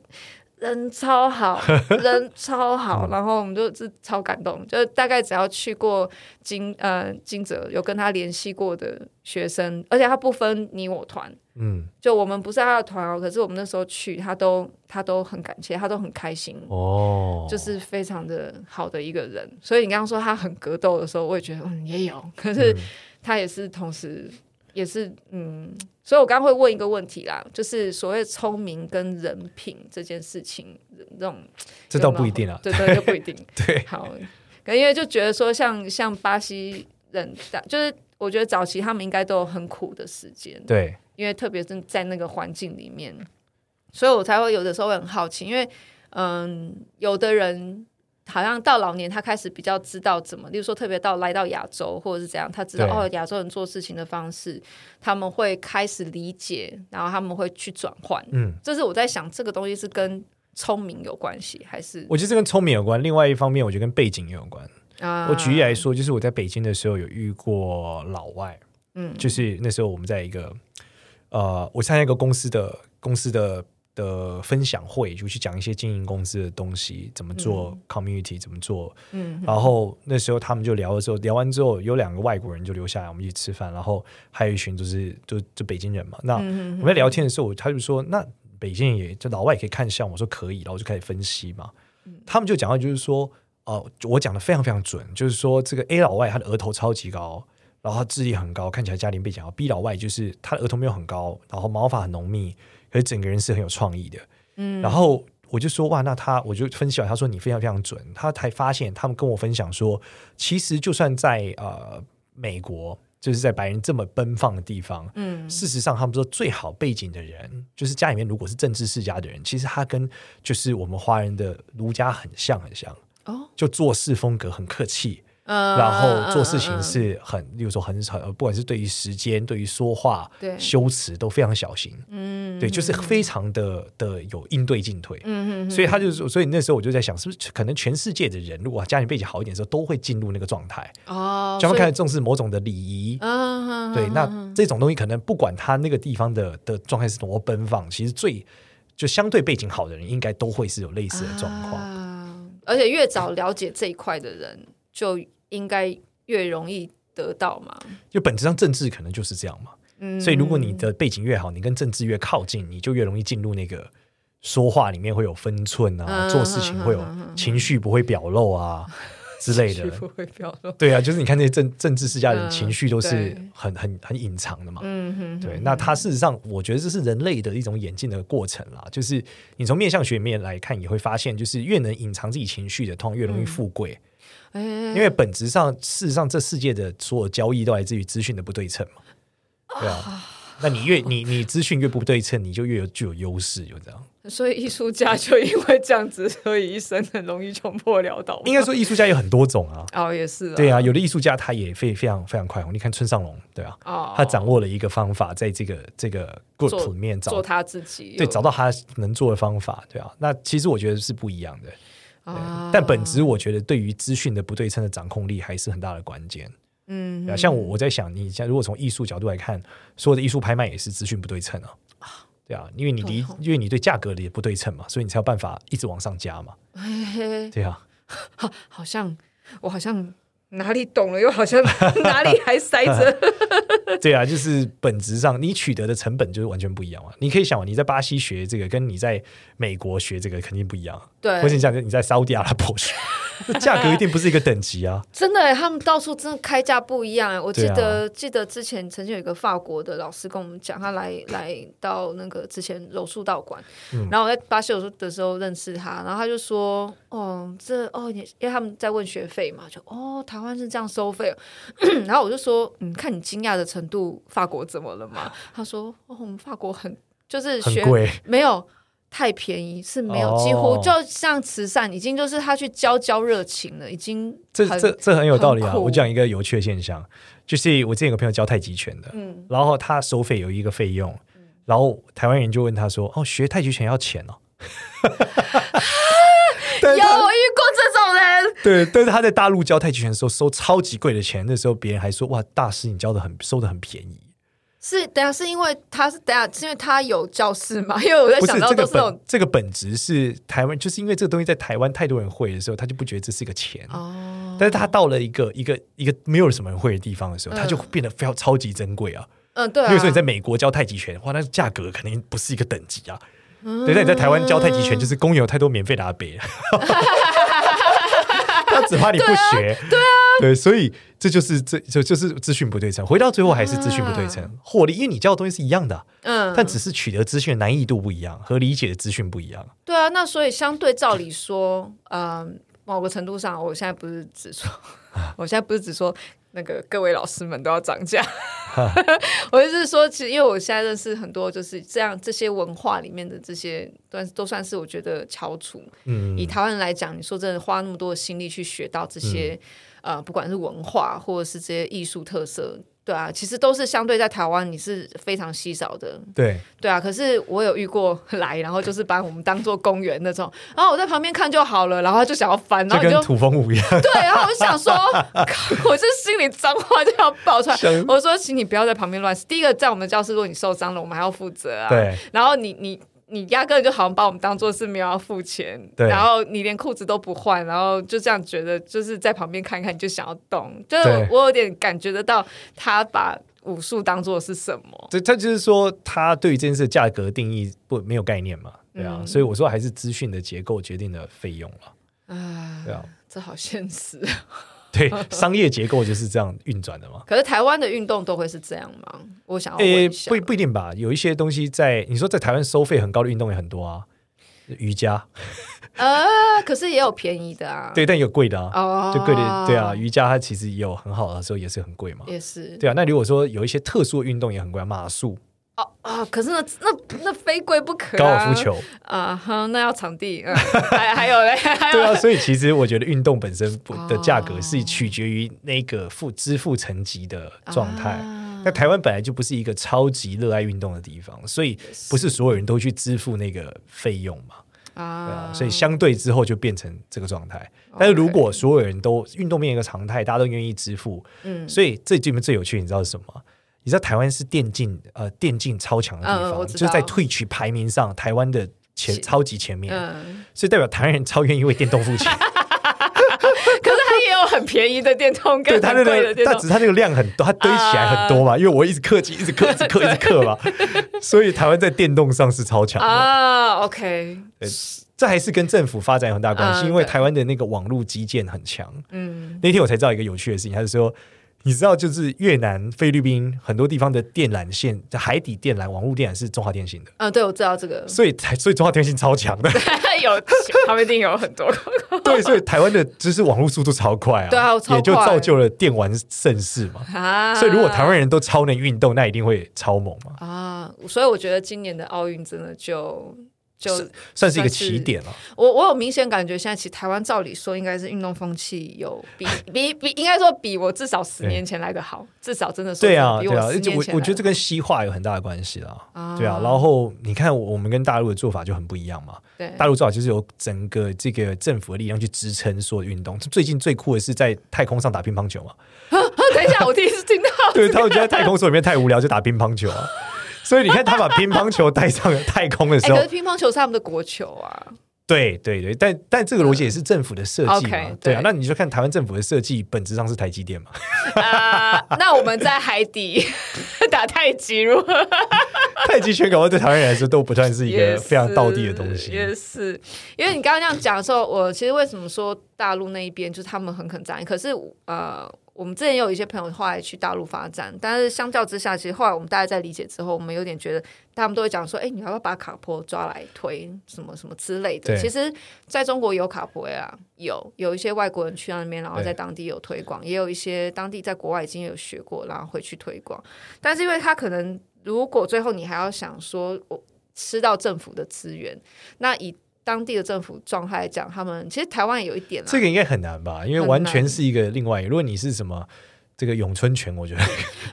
人超好，人超好。然后我们就是超感动，就是大概只要去过金呃金泽，有跟他联系过的学生，而且他不分你我团。嗯，就我们不是他的团哦，可是我们那时候去，他都他都很感谢，他都很开心，哦，就是非常的好的一个人。所以你刚刚说他很格斗的时候，我也觉得嗯也有，可是他也是同时也是嗯，所以我刚刚会问一个问题啦，就是所谓聪明跟人品这件事情，那种这倒不一定啊。对对，就不一定。 对，好，可因为就觉得说像像巴西人，就是我觉得早期他们应该都有很苦的时间，对，因为特别是在那个环境里面，所以我才会有的时候会很好奇，因为嗯，有的人好像到老年，他开始比较知道怎么，例如说特别到来到亚洲或者是怎样，他知道对哦亚洲人做事情的方式，他们会开始理解，然后他们会去转换。嗯，这是我在想，这个东西是跟聪明有关系，还是我觉得这跟聪明有关，另外一方面我觉得跟背景也有关。啊？我举例来说，就是我在北京的时候有遇过老外，嗯就是那时候我们在一个呃，我参加一个公司的公司的的分享会，就去讲一些经营公司的东西，怎么做 community，、怎么做。嗯然后那时候他们就聊的时候，聊完之后有两个外国人就留下来，我们一起吃饭，然后还有一群就是就就北京人嘛。那我嗯们在聊天的时候，他就说那北京人也就老外也可以看相，我说可以，然后就开始分析嘛。他们就讲到就是说，呃，我讲的非常非常准，就是说这个 A 老外他的额头超级高，然后他智力很高，看起来家庭背景好；B 老外就是他的额头没有很高，然后毛发很浓密，可是整个人是很有创意的。嗯然后我就说哇，那他我就分析完，他说你非常非常准。他才发现，他们跟我分享说，其实就算在呃美国，就是在白人这么奔放的地方，嗯事实上，他们说最好背景的人，就是家里面如果是政治世家的人，其实他跟就是我们华人的儒家很像很像，哦，就做事风格很客气，嗯然后做嗯事情嗯是很，例如说很很，不管是对于时间、对于说话、对修辞都非常小心，嗯对，就是非常的的有应对进退。嗯嗯所以他就说，所以那时候我就在想，是不是可能全世界的人，如果家庭背景好一点的时候，都会进入那个状态，哦，就他们所以开始重视某种的礼仪，嗯，对，嗯那这种东西可能不管他那个地方的的状态是多么奔放，其实最就相对背景好的人，应该都会是有类似的状况。啊而且越早了解这一块的人，就应该越容易得到嘛。就本质上政治可能就是这样嘛。嗯，所以如果你的背景越好，你跟政治越靠近，你就越容易进入那个说话里面会有分寸嗯啊，做事情会有嗯嗯嗯嗯情绪不会表露啊之类的。不会表露，对啊，就是你看那些政政治世家的人，嗯情绪都是对很很很隐藏的嘛。嗯哼，对，那它事实上，我觉得这是人类的一种演进的过程啦。就是你从面相学里面来看，也会发现，就是越能隐藏自己情绪的，通常越容易富贵，哎，因为本质上，事实上，这世界的所有交易都来自于资讯的不对称嘛。对啊，那你越你你资讯越不对称，你就越有具有优势，就这样。所以艺术家就因为这样子，所以一生很容易穷破潦倒嘛。应该说，艺术家有很多种啊。哦，也是，对，啊，有的艺术家他也非非常非常快红，你看村上隆，对啊，哦，他掌握了一个方法，在这个这个 group 做里面找做他自己，对，又找到他能做的方法，对啊。那其实我觉得是不一样的，对啊但本质我觉得对于资讯的不对称的掌控力还是很大的关键。嗯对啊，像我我在想，你像如果从艺术角度来看，所有的艺术拍卖也是资讯不对称啊，对啊，因为你离懂因为你对价格的也不对称嘛，所以你才有办法一直往上加嘛，嘿嘿对啊，好好像我好像哪里懂了，又好像 哪里还塞着。对啊，就是本质上你取得的成本就是完全不一样嘛。你可以想，你在巴西学这个，跟你在美国学这个肯定不一样，对或，者你想你在沙烏地阿拉伯 学，价格一定不是一个等级啊。 真的耶，欸他们到处真的开价不一样欸耶。我记对啊得、记得之前曾经有一个法国的老师跟我们讲，他来 来到那个之前柔术道馆，嗯然后我在巴西柔术的时候认识他，然后他就说：“哦，这哦，你因为他们在问学费嘛，就哦，台湾是这样收费哦。” 然后我就说：“嗯，看你惊讶的程度，法国怎么了嘛？”他说：“哦，我们法国很就是很学贵，没有太便宜，是没有，哦几乎就像慈善，已经就是他去交交热情了，已经这很这这很有道理啊！很酷我讲一个有趣的现象，就是我之前有个朋友教太极拳的，嗯然后他收费有一个费用，然后台湾人就问他说：“哦，学太极拳要钱哦？” 但是有他我遇过这种人， 对，但是他在大陆教太极拳的时候收超级贵的钱，那时候别人还说：“哇，大师你教的很收的很便宜。是等下是因为他是等下是因为他有教室嘛？ 因为我”在不想是到这都个是那种本这个本质是台湾，就是因为这个东西在台湾太多人会的时候，他就不觉得这是一个钱。哦，但是他到了一个一个一个没有什么人会的地方的时候，他就嗯变得非常超级珍贵啊！嗯，对、啊，比如说你在美国教太极拳，哇，那价格肯定不是一个等级啊。对，但你在台湾教太极拳，就是公有太多免费的 阿伯，他只怕你不学。对啊，对，所以这就是这就就是资讯不对称。回到最后还是资讯不对称，获利，因为你教的东西是一样的啊、嗯，但只是取得资讯的难易度不一样，和理解的资讯不一样。对啊，那所以相对照理说，嗯，某个程度上，我现在不是只说，我现在不是只说那个各位老师们都要涨价， 我就是说，其实因为我现在认识很多就是这样这些文化里面的这些，都都算是我觉得翘楚。嗯以台湾人来讲，你说真的花那么多的心力去学到这些，呃，不管是文化或者是这些艺术特色。对啊，其实都是相对在台湾你是非常稀少的，对，对啊，可是我有遇过来，然后就是把我们当做公园那种，然后我在旁边看就好了，然后他就想要翻，然就后你就跟土风舞一样， 对，然后我就想说，靠我是心里脏话就要爆 出来想，我说请你不要在旁边乱。第一个，在我们教室，如果你受伤了，我们还要负责啊。对，然后你你。你压根就好像把我们当做是没有要付钱，对然后你连裤子都不换，然后就这样觉得，就是在旁边看看，你就想要动，就是对我我有点感觉得到他把武术当做是什么，对，他就是说，他对于这件事的价格定义不没有概念嘛，对啊，嗯所以我说还是资讯的结构决定的费用了，啊，对啊，这好现实。 对，商业结构就是这样运转的嘛。可是台湾的运动都会是这样吗？我想要问诶、一下。不不一定吧，有一些东西在你说在台湾收费很高的运动也很多啊，瑜伽，哦呃，可是也有便宜的啊，对，但也有贵的啊，哦，就贵的，对啊，，瑜伽它其实也有很好的时候，也是很贵嘛，也是，对啊。那如果说有一些特殊的运动也很贵啊，马术、哦啊，可是那那那非贵不可、啊，高尔夫球，啊，哈，那要场地，嗯，还还有嘞，还对有啊，所以其实我觉得运动本身不的价格哦是取决于那个付支付层级的 状态。啊那台湾本来就不是一个超级热爱运动的地方，所以不是所有人都去支付那个费用嘛，对啊啊，哦所以相对之后就变成这个状态。但是如果所有人都运动变一个常态，大家都愿意支付，嗯所以这里面最有趣，你知道是什么吗？你知道台湾是电竞呃电竞超强的地嗯方，我知就道是在退取排名上，台湾的前是超级前面，嗯，所以代表台湾人超愿意为电动付 钱。可是它也有很便宜的电动跟 对它很那贵个的，电但动啊只是它那个量很多，它堆起来很多嘛，因为我一直氪金，一直氪，一直氪，一直 氪嘛，所以台湾在电动上是超强的。啊，OK，这还是跟政府发展有很大关系，嗯因为对台湾的那个网络基建很强。嗯，那天我才知道一个有趣的事情，他是说，你知道就是越南、菲律宾很多地方的电缆线，海底电缆、网络电缆是中华电信的，嗯，对，我知道这个，所以台所以中华电信超强 的，有，他们一定有很多，对，所以台湾的就是网络速度超快啊，对啊超快也就造就了电玩盛世嘛。啊，所以如果台湾人都超能运动，那一定会超猛嘛，啊，所以我觉得今年的奥运真的就就算是一算个是起点了。啊我我有明显感觉，现在其实台湾照理说应该是运动风气有比 比比，应该说比我至少十年前来的好，至少真的是对啊，比对啊，我而十且年我前我来觉得这得跟西化有很大的关系啦。啊对啊，然后你看我我们跟大陆的做法就很不一样嘛。对大陆做法就是有整个这个政府的力量去支撑所有运动。最近最酷的是在太空上打乒乓球嘛，啊 等一下，我第一次听到对他们觉得太空所里面太无聊，就打乒乓球 啊。所以你看他把乒乓球带上太空的哎、时候可是，乒乓球是他们的国球啊，对对对，但但这个逻辑也是政府的设计嘛，嗯 OK，对对啊。那你就看台湾政府的设计，本质上是台积电嘛。 啊、那我们在海底 打太极如何？太极拳搞不好对台湾人来说都不算是一也个是非常道地的东西。也是，因为你刚刚那样讲的时候，我其实为什么说大陆那一边就是他们很肯展，可是呃，我们之前有一些朋友后来去大陆发展，但是相较之下，其实后来我们大家在理解之后，我们有点觉得他们都会讲说，哎、你要不要把卡坡抓来推什么什么之类的对。其实在中国有卡坡啊，有有一些外国人去那边，然后在当地有推广，也有一些当地在国外已经有学过，然后回去推广。但是因为他可能，如果最后你还要想说，我吃到政府的资源，那以当地的政府状态来讲，他们其实台湾也有一点啦，这个应该很难吧？因为很完全难是一个另外一个。如果你是什么这个咏春拳，我觉得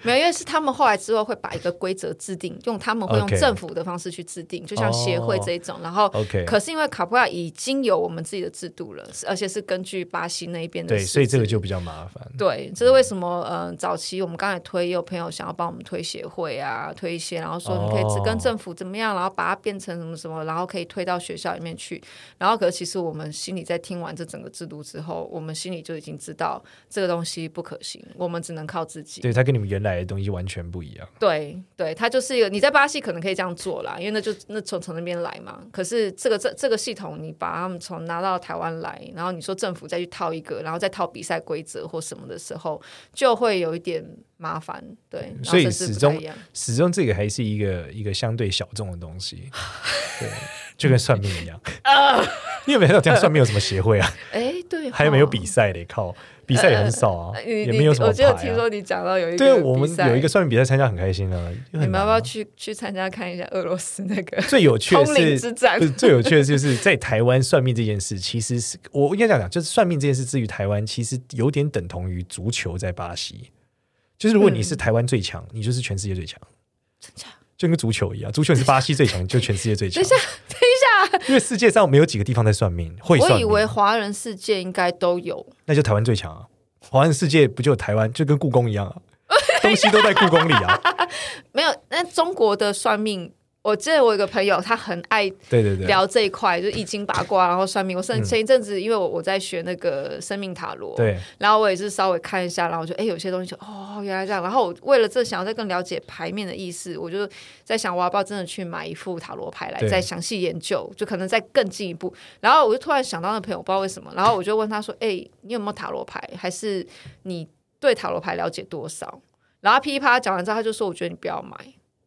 没有，因为是他们后来之后会把一个规则制定，用他们会用 OK 哦政府的方式去制定就像协会这一种。然后， OK，可是因为卡普亚已经有我们自己的制度了，是而且是根据巴西那一边的对，实所以这个质就比较麻烦。对，这是为什么？嗯、早期我们刚才推，也有朋友想要帮我们推协会啊，推一些，然后说你可以只跟哦政府怎么样，然后把它变成什么什么，然后可以推到学校里面去。然后，可是其实我们心里在听完这整个制度之后，我们心里就已经知道这个东西不可行，我们只能靠自己。对，它跟你们原来的东西完全不一样。对对，它就是一个你在巴西可能可以这样做啦，因为那就那从从那边来嘛。可是这个这这个系统，你把他们从拿到台湾来，然后你说政府再去套一个，然后再套比赛规则或什么的时候，就会有一点麻烦。对，然后嗯所以甚至始不终太一样始终这个还是一个一个相对小众的东 西，对，就跟算命一样。啊 你有没有看到这样算命有什么 协会啊？哎，对，还有没有比？赛嘞？靠，比赛也很少啊，呃你也你没有什么我牌记得听啊。说你讲到有一个对，我们比赛有一个，算命比赛参加很开心啊，就你很们难要不要啊。去去参加看一下俄罗斯那个最有趣的通灵是，之战不？是最有趣的就是在台湾算命这件事，其实是我应该这样讲，就是算命这件事，至于台湾其实有点等同于足球在巴西，就是如果你是台湾最强，你就是全世界最强，就跟足球一样，足球你是巴西最强，你就全世界最强。等一下，因为世界上没有几个地方在算命 会算我命，啊以为华人世界应该都有，那就台湾最强啊！华人世界不就有台湾，就跟故宫一样啊，东西都在故宫里 啊。没有，那中国的算命，我记得我有个朋友，他很爱对对对，聊这一块，就是易经八卦，然后算命。我甚嗯前一阵子，因为我我在学那个生命塔罗，对然后我也是稍微看一下，然后我就哎，有些东西就哦，原来这样。然后我为了这想要再更了解牌面的意思，我就在想，我要不要真的去买一副塔罗牌来对再详细研究，就可能再更进一步。然后我就突然想到那朋友，我不知道为什么，然后我就问他说：“哎、你有没有塔罗牌？还是你对塔罗牌了解多少？”然后他噼里啪啦讲完之后，他就说：“我觉得你不要买。”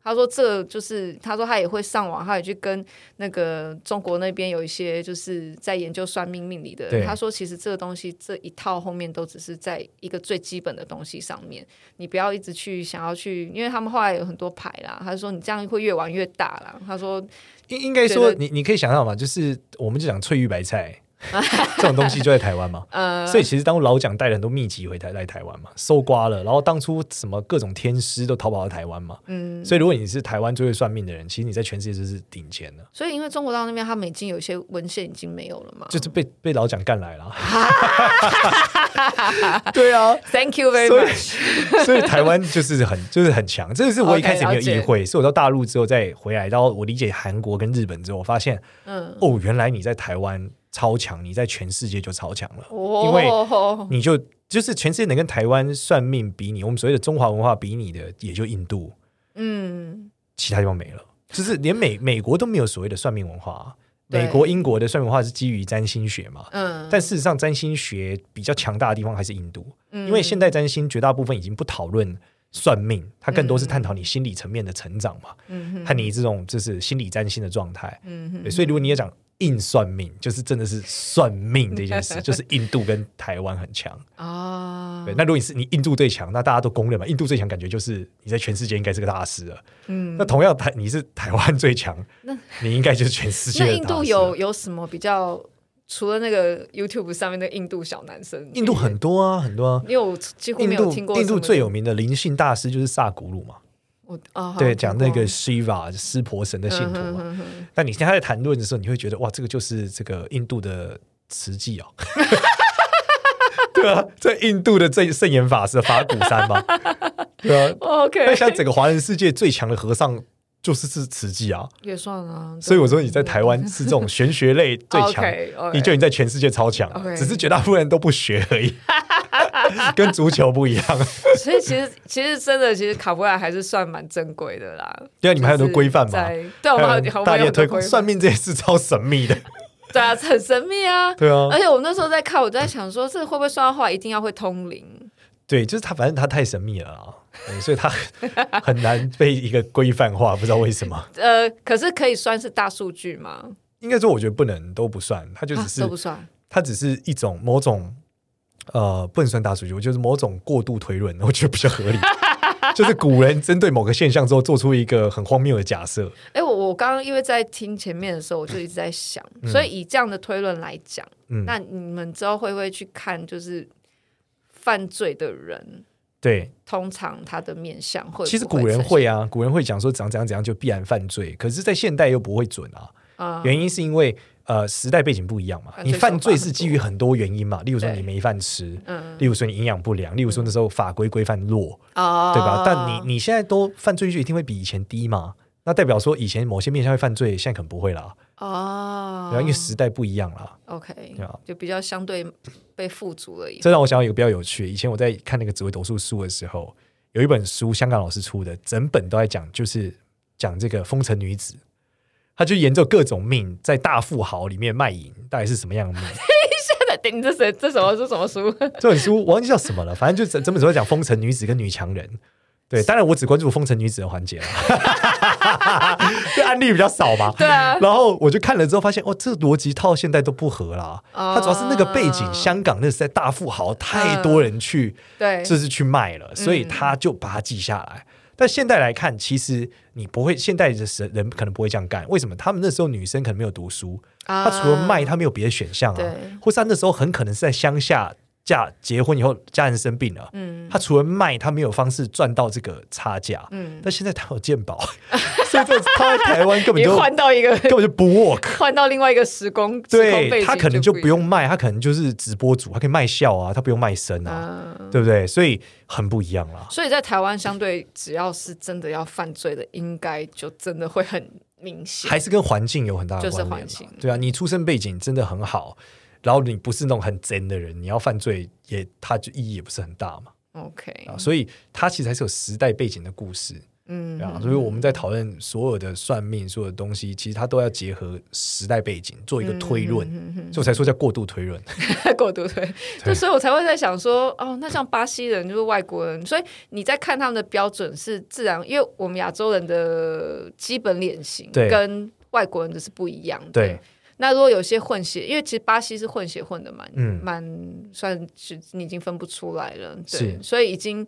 他他说这就是他说他也会上网，他也去跟那个中国那边有一些就是在研究算命命理的对人，他说其实这个东西这一套后面都只是在一个最基本的东西上面，你不要一直去想要去，因为他们后来有很多牌啦，他说你这样会越玩越大啦，他说应应该觉说，得你你可以想到嘛，就是我们就讲翠玉白菜这种东西就在台湾嘛， 呃所以其实当初老蒋带了很多秘籍回台来台湾嘛，搜刮了，然后当初什么各种天师都逃跑到台湾嘛，嗯，所以如果你是台湾最会算命的人，其实你在全世界就是顶尖的，所以因为中国大陆那边他们已经有一些文献已经没有了嘛，就是被被老蒋干来了。啊对啊， Thank you very 所以 much。 所以台湾就是很就是很强，这是我一 OK，开始没了有解意会，是我到大陆之后再回来，然后我理解韩国跟日本之后，我发现嗯，哦，原来你在台湾超强，你在全世界就超强了，因为哦，你就就是全世界能跟台湾算命比你，我们所谓的中华文化比你的，也就印度，嗯，其他地方没了，就是连美美国都没有所谓的算命文化啊。对美国、英国的算命文化是基于占星学嘛，嗯，但事实上占星学比较强大的地方还是印度，因因为现代占星绝大部分已经不讨论算命，它更多是探讨你心理层面的成长嘛，嗯和你这种就是心理占星的状态。嗯对，所以如果你也讲硬算命，就是真的是算命这 件事，就是印度跟台湾很强。啊，对，那如果你是你印度最强，那大家都公认嘛，印度最强感觉就是你在全世界应该是个大师了。嗯那同样台你是台湾最强，你应该就是全世界那的印大度师啊有了有什么比较？除了那个 YouTube 上面的印度小男生，印度很多啊，很多啊。你有几乎印没有度听过印什度么最有名的灵性大师就是萨古鲁嘛，我啊，好对，讲那个听 Shiva 湿婆神的过信徒嗯嘛。哼哼哼但你听他在谈论的时候，你会觉得哇，这个就是这个印度的 慈济哦。对啊，在印度的这圣严法师的法鼓山嘛，对啊。 那哦，OK，现在整个华人世界最强的和尚就是是慈 济啊，也算啊，所以我说你在台湾是这种玄学类最强， o 你就已经在全世界超强了，哦 OK 只是绝大部分人都不学而已， 跟足球不 一样。所以其实其实真的，其实卡布莱还是算蛮珍贵的啦。对啊，你们还有很多规范嘛在，对，我们还有还有哦我嗯大们有力很多推规广范算命这件事超神 秘的，对啊，很神秘啊。对啊。而且我那时候在看，我就在想说，这会不会算到话一定要会通灵？对，就是他，反正他太神秘了啊，对所以他很难被一个规范化，不知道为什么。呃，可是可以算是大数据吗？应该说，我觉得不能都不算，它就啊只是、都不算。它只是一种某种呃，不能算大数据，我就是某种过度推论， 我觉得比较合 理。就是古人针对某个现象之后，做出一个很荒谬的假设。哎，我我刚刚因为在听前面的时候，我就一直在想，所以以这样的推论来讲，嗯，那你们之后会不会去看就是犯罪的人？对，通常他的面相会不会其实古人呈现会啊，古人会讲说怎样怎样怎样就必然犯罪，可是，在现代又不会准啊。啊，原因是因为呃时代背景不一样嘛，犯罪你犯罪手法是很基于很多原因嘛，例如说对你没饭吃，嗯例如说你营养不良，例如说那时候法规规范弱，啊，对吧？但你你现在都犯罪率就一定会比以前低嘛？那代表说以前某些面向会犯罪，现在可能不会啦，哦，然后因为时代不一样啦。 OK，对啊就比较相对被富足了以后。 这让我想到一个比较有趣的，以前我在看那个紫微斗数书的时候，有一本书香港老师出的，整本都在讲就是讲这个风尘女子。他就研究各种命在大富豪里面卖淫，大概是什么样的命？等你这谁这什么是什么书？ 这本书我忘记叫什么了，反正就整整本书在讲风尘女子跟女强人。对，当然我只关注风尘女子的环节了， 这案例比较少嘛。对啊，然后我就看了之后发现，哦，这逻辑套现在都不合啦。哦嗯它主要是那个背景，香港那是在大富豪，太多人去，对，嗯就是去卖了，所以他就把它记下来。但现在来看，其实你不会，现代的人人可能不会这样干。为什么？他们那时候女生可能没有读书，他他除了卖，他没有别的选项啊对啊。或是他那时候很可能是在乡下嫁结婚以后，家人生病了，嗯他除了卖，他没有方式赚到这个差价。嗯，但现在他有健保， 所以这他在台湾根本 你就换到一个根本就不 work。换到另外一个时空， 时空背对景他可能就就不用卖，他可能就是直播主，他可以卖笑啊，他不用卖身一样啊，啊。对不对？所以很不一样啦。所以在台湾，相对只要是真的要犯罪的，应该就真的会很明显。还是跟环境有很大的就是关联环啦境对啊，你出生背景真的很好，然后你不是那种很真的人，你要犯罪也，他就意义也不是很大嘛。 OK，啊，所以它其实还是有时代背景的故事。嗯，啊，所以我们在讨论所有的算命，所有的东西，其实它都要结合时代背景做一个推论，所以我才说叫过度推论。过度对，就所以我才会在想说，哦，那像巴西人就是外国人，所以你在看他们的标准是自然，因为我们亚洲人的基本脸型对跟外国人的是不一样的。对，那如果有些混血，因为其实巴西是混血混的蛮嗯蛮、算是你已经分不出来了，对是，所以已经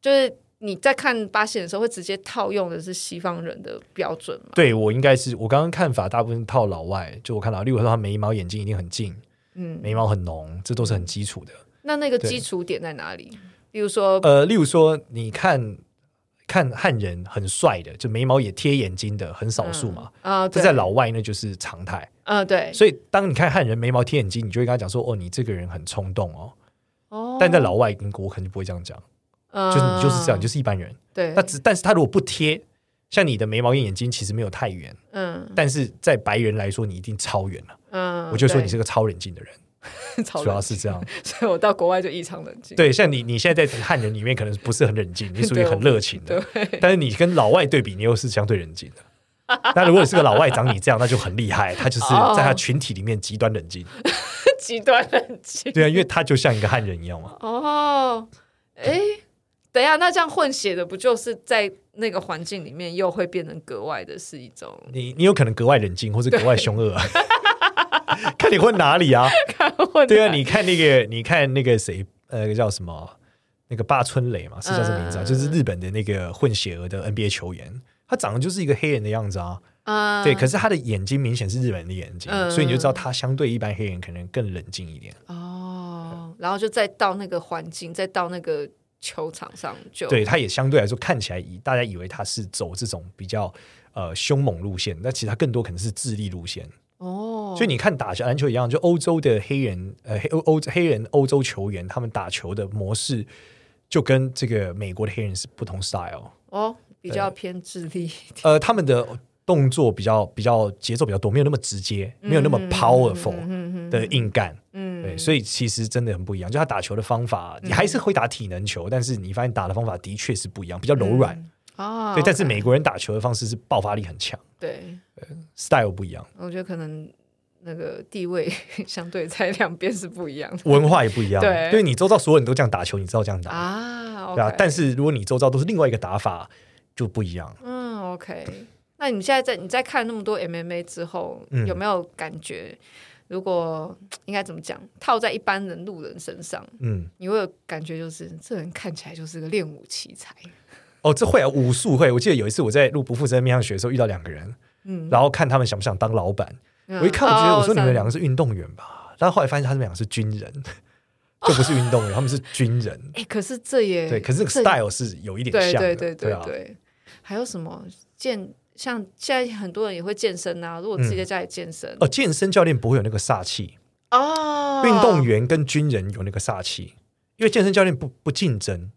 就是你在看巴西人的时候，会直接套用的是西方人的标准嘛？对我应该是我刚刚看法大部分套老外，就我看到，例如说他眉毛、眼睛一定很近，嗯，眉毛很浓，这都是很基础的。那那个对基础点在哪里？比如说，呃，例如说你看看汉人很帅的，就眉毛也贴眼睛的很少数嘛，啊、这对，在老外那就是常态。啊、对，所以当你看汉人眉毛贴眼睛，你就会跟他讲说：“哦，你这个人很冲动哦。哦但在老外英国，我可能就不会这样讲，就就是你就是这样，你就是是一般人。嗯对，那只但是他如果不贴，像你的眉毛跟眼睛其实没有太远，嗯但是在白人来说，你一定超远了。嗯，我就说你对是个超冷静的人，超 主要冷是这样。静，所以我到国外就异常冷静。对，像你你现在在汉人里面可能不是很 冷静，你属于很热情的，但是你跟老外对比，你又是相对冷静的。那如果是个老外长你这样，那就很厉害，他就是哦在他群体里面极端冷静。 极端冷静。对啊，因为他就像一个汉人一样嘛。哦，哎，等一下，那这样混血的不就是在那个环境里面又会变成格外的是一种？你你有可能格外冷静，或是格外凶 恶、啊，看你混哪里啊？ 混 对的啊，你看那个，你看那个谁，呃，叫什么？那个八村垒嘛，是叫什么名字啊？嗯就是日本的那个混血儿的 NBA 球员，他长得就是一个黑人的样子啊。啊，对，可是他的眼睛明显是日本人的眼睛，嗯所以你就知道他相对一般黑人可能更冷静一点。哦，然后就再到那个环境，再到那个球场上就对，他也相对来说看起来以大家以为他是走这种比较呃凶猛路线，但其实他更多可能是智力路线。哦，所以你看打篮球一样，就欧洲的黑人呃黑欧欧黑人欧洲球员他们打球的模式。就跟这个美国的黑人是不同 style，哦比较偏智力，呃，他们的动作比较比较节奏比较多，没有那么直接，没有那么 powerful 嗯的硬干，嗯对，所以其实真的很不一样。就他打球的方法，你还是会打体能球，但是你发现打的方法的确是不一样，比较柔软。啊，对，但是 OK，美国人打球的方式是爆发力很强对， ，style 不一样，我觉得可能那个地位 相对在两边是不一样的文化也不一样。对因为你周遭所有人都这样打球，你知道这样打，啊。对啊 OK。但是如果你周遭都是另外一个打法，就不一样。嗯，OK。那你现在在你在看那么多 MMA 之后，嗯有没有感觉？如果应该怎么讲，套在一般人路人身上，嗯，你会有感觉就是这人看起来就是个练武奇才。哦，这会啊，武术会。我记得有一次我在录不负责任面向学的时候遇到两个人，嗯然后看他们想不想当老板。嗯我一看，我觉得哦我说你们上两个是运动员吧，但后来发现他们两个是军人， 这不是运动员，他们是军人。哎、可是这也对，可是这个这 style 是有一点对像的，对对对对啊，对，还有什么健？像现在很多人也会健身啊，如果自嗯己在家里健身、哦，健身教练不会有那个煞气，哦，运动员跟军人有那个煞气，因为健身教练不不竞争，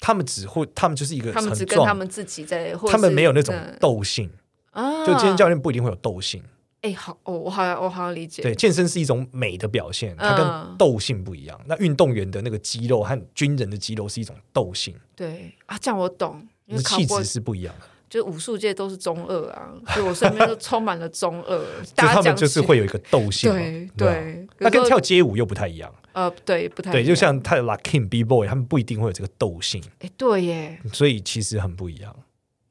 他们只会，他们就是一个他们很只跟壮，他们自己在，或者他们是没有那种嗯斗性，啊，就健身教练不一定会有斗性。哎、好，哦，我好像我好像理解，对，健身是一种美的表现，嗯它跟斗性不一样。那运动员的那个肌肉和军人的肌肉是一种斗性，对啊，这样我懂，因就是为考气过质是不一样的。就是武术界都是中二啊，所以我身边都充满了中二， 就大他家讲们就是起会有一个斗性嘛，对吧，对，那跟可是跳街舞又不太一样，呃对不太对，一就样像他的 locking b boy，他们不一定会有这个斗性，哎对耶，所以其实很不一样。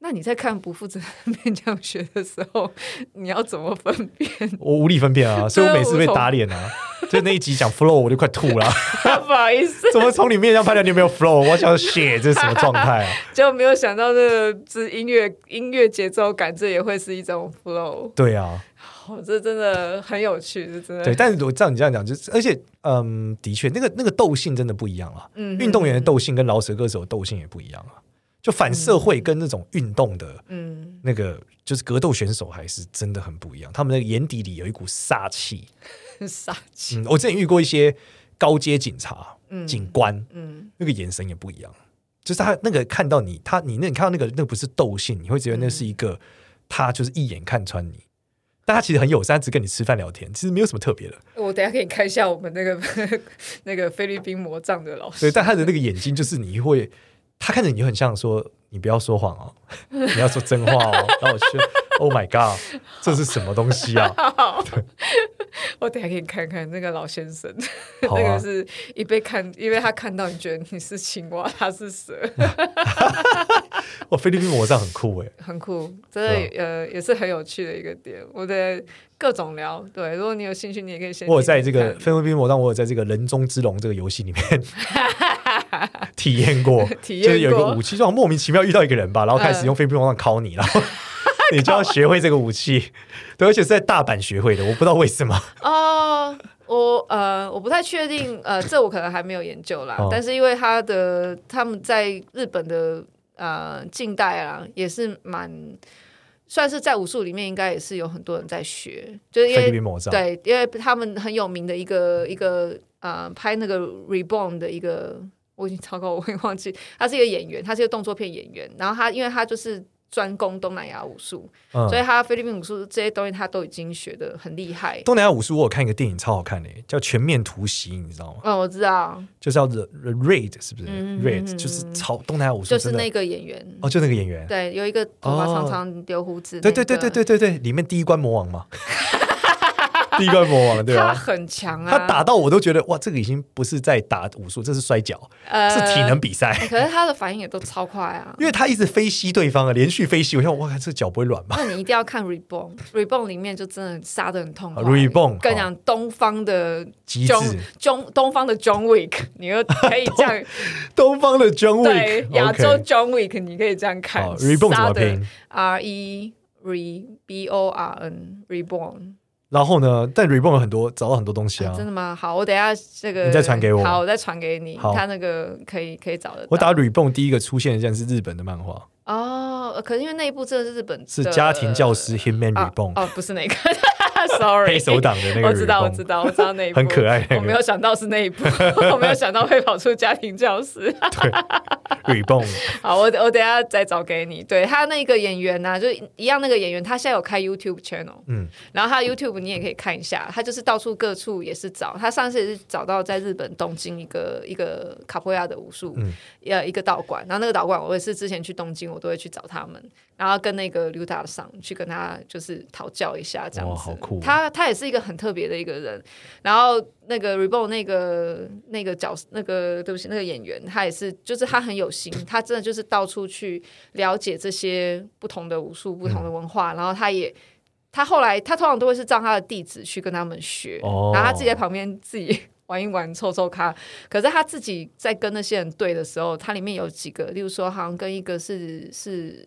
那你在看不负责任面将学的时候，你要怎么分辨？ 我无力分辨啊，所以我每次被无从打脸啊，就那一集讲 flow 我就快吐了啊， 不好意思，怎么从你面上拍到你有没有 flow？我想写这是什么状态啊？就没有想到这个这音乐音乐节奏感，这也会是一种 flow，对啊，哦，这真的很有趣，这真的对，但是我照你这样讲，就是而且嗯，的确那个那个斗性真的不一样啊，嗯运动员的斗性跟饶舌歌手的斗性也不一样啊，就反社会跟那种运动的。嗯。那个就是格斗选手还是真的很不一样，他们那个眼底里有一股煞气。很 傻气。嗯，我之前遇过一些高阶警察、嗯警官，嗯，那个眼神也不一样，就是他那个看到你，他你那你看到那个那个不是斗性，你会觉得那是一嗯个、他就是一眼看穿你，但他其实很友善，只跟你吃饭聊天，其实没有什么特别的。我等一下给你看一下我们那个 那个菲律宾魔杖的老对，师。但他的那个眼睛就是你会，他看着你很像说你不要说谎哦， 你要说真话哦。然后我就 Oh my God，这是什么东西啊？好，我等一下给你看看那个老先生，好 啊那个是一被看，因为他看到你觉得你是青蛙，他是蛇，我菲律宾魔杖很酷哎，很酷，真的、呃也是很有趣的一个点。我的各种聊，对，如果你有兴趣，你也可以先我有听在这听个看菲律宾魔杖，我有在这个人中之龙这个游戏 里面体验过，体验就是有一个过嗯武器，就好像莫名其妙遇到一个人吧，然后开始用菲律宾魔杖敲你，然 后你就要学会这个武器。对，而且是在大阪学会的，我不知道为什么。哦，我呃，我不太确定，呃，这我可能还没有研究啦。哦但是因为他的他们在日本的呃近代啊，也是蛮算是在武术里面应该也是有很多人在学，就是因菲律为宾魔杖，对，因为他们很有名的一个一个呃拍那个 Reborn 的一个。我已经糟糕，我也忘记，他是一个演员，他是一个动作片演员。然后他，因为他就是专攻东南亚武术，嗯所以他菲律宾武术这些东西他都已经学的很厉害。东南亚武术，我有看一个电影超好看的，叫《全面突袭》，你知道吗？嗯，我知道，就是要 the the raid 是不是嗯嗯嗯？raid 嗯就是超东南亚武术，就是真的那个演员，哦，就那个演员，对，有一个头发哦长长、留胡子，对对对对，对对对，里面第一关魔王嘛，第一关魔王对他吧？很强啊，他打到我都觉得哇，这个已经不是在打武术，这是摔跤，呃是体能，比赛，可是他的反应也都超快啊。因为他一直飞吸对方啊，连续飞吸，我想哇，这脚不会软吧？那你一定要看 Reborn Reborn 里面就真的杀的很痛快啊，Reborn，跟你讲东方的极致， John John 东方的 John Wick，你又可以这样 东方的 John 对 Wick，亚 OK 洲 John Wick，你可以这样看好 Reborn 怎杀么的拼？ R E Re B O R N Reborn 然后呢？但 Reborn 有很多找到很多东西啊啊，真的吗？好，我等一下这个你再传给我好，我再传给你。好他那个可以可以找得到。我打 Reborn 第一个出现的竟然是日本的漫画，哦，呃可是因为那一部真的是日本是的家庭教师 Hitman 啊 Reborn，、哦，不是那个，sorry， 黑手。党的那个 Reborn，我知道，我知道，我知道那一部很可爱那个我 没有想到是那一部，我没有想到会跑出家庭教师。 Reborn 好，我我等一下再找给你。对他那个演员呢、就一样那个演员，他现在有开 YouTube channel，嗯，然后他 YouTube 你也可以看一下，他就是到处各处也是找。他上次也是找到在日本东京一个一个卡波亚的武术，嗯呃，一个道馆。然后那个道馆，我也是之前去东京，我都会去找他们，然后跟那个刘大上去跟他就是讨教一下这样哇子。好酷啊他他也是一个很特别的一个人。然后那个 Reborn 那个那个角那个对不起那个演员，他也是就是他很有心，他真的就是到处去了解这些不同的武术、不同的文嗯化，然后他也。他后来，他通常都会是让他的弟子去跟他们学，哦然后他自己在旁边自己玩一玩、凑凑咖。可是他自己在跟那些人对的时候，他里面有几个，例如说，好像跟一个是是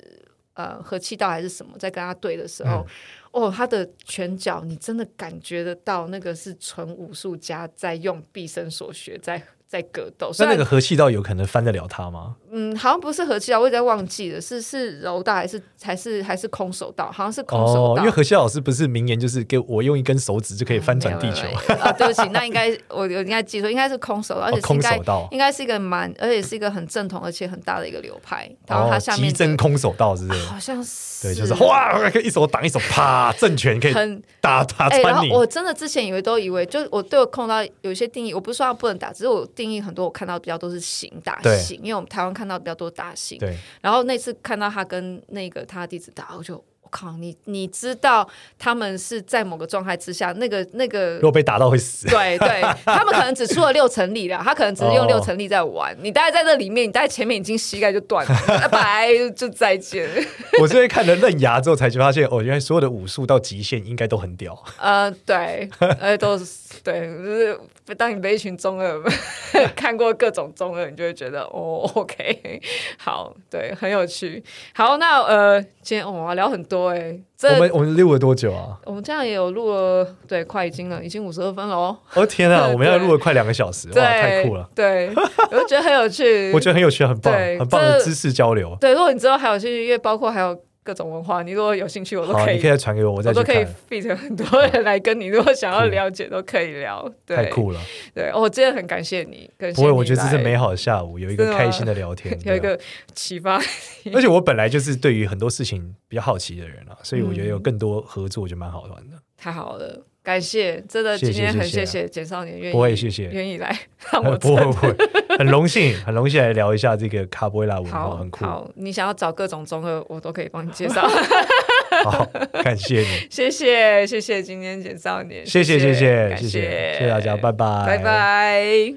呃和气道还是什么，在跟他对的时候，嗯哦，他的拳脚你真的感觉得到，那个是纯武术家在用毕生所学在在格斗。虽那然那个和气道有可能翻得了他吗？嗯，好像不是和气道，我也在忘记了，是是柔道还是还是还是空手道？好像是空手哦，道。因为何西老师不是名言，就是给我用一根手指就可以翻转地球，哦没有没有没有啊！对不起，那应该我我应该记错，应该是空手道，而且哦，是应空该手道，应该是一个蛮，而且是一个很正统而且很大的一个流派。然后哦它下面极的、真空手道，是不是？好像 是对，就是哇，可以一手挡一手，啪，正拳可以很打打哎、然穿后你。我真的之前以为都以为，就是我对我碰到有一些定义，我不是说它不能打，只是我定义很多我看到比较都是型打对型，因为我们台湾看到比较多打型。对，然后那次看到他跟那个他弟子打，我就我靠，你你知道他们是在某个状态之下，那个那个 如。果被打到会死。对对，他们可能只出了六成力啦，他可能只是用哦六成力在玩。你大概在这里面，你大概前面已经膝盖就断了， 拜拜，就再见。我最近看了《刃牙》之后，才去发现，哦，原来所有的武术到极限应该都很屌。呃，对，呃，都是对，就是当你被一群中二 看过各种中二，你就会觉得哦，OK，好，对，很有趣。好，那呃，今天、哦、我要聊很多哎、这我们我们录了多久啊？我们这样也有录了，对，快已经了，已经五十二分了哦。哦天啊， 对我们要录了快两个小时，哇，对，太酷了！！对， 我就觉得很有趣。我觉得很有趣，很棒，对很棒的这知识交流。对，如果你之后还有兴趣，因为包括还有各种文化，你如果有兴趣，我都好，可你以，可以再传给我，我再我去都可以看。 fit 很多人来跟你。如果想要了解，都可以聊。太对， 酷了！对，哦我真的很感谢你，感谢不会，你我觉得这是来美好的下午，有一个真的吗 ，开心的聊天有一对啊个启发。而且我本来就是对于很多事情比较好奇的人啊，所以我觉得有嗯更多合作就蛮好玩的。太好了，感谢，真的谢谢今天很谢谢谢谢简少年愿意不会，谢谢，愿意来让我呃 不会不会，很荣幸，很荣幸来聊一下这个卡波拉文化，好很酷。好，你想要找各种中二，我都可以帮你介 绍。好，感谢你，谢谢谢谢今天简少年，谢谢谢谢感谢谢 谢谢谢大家，拜拜拜拜。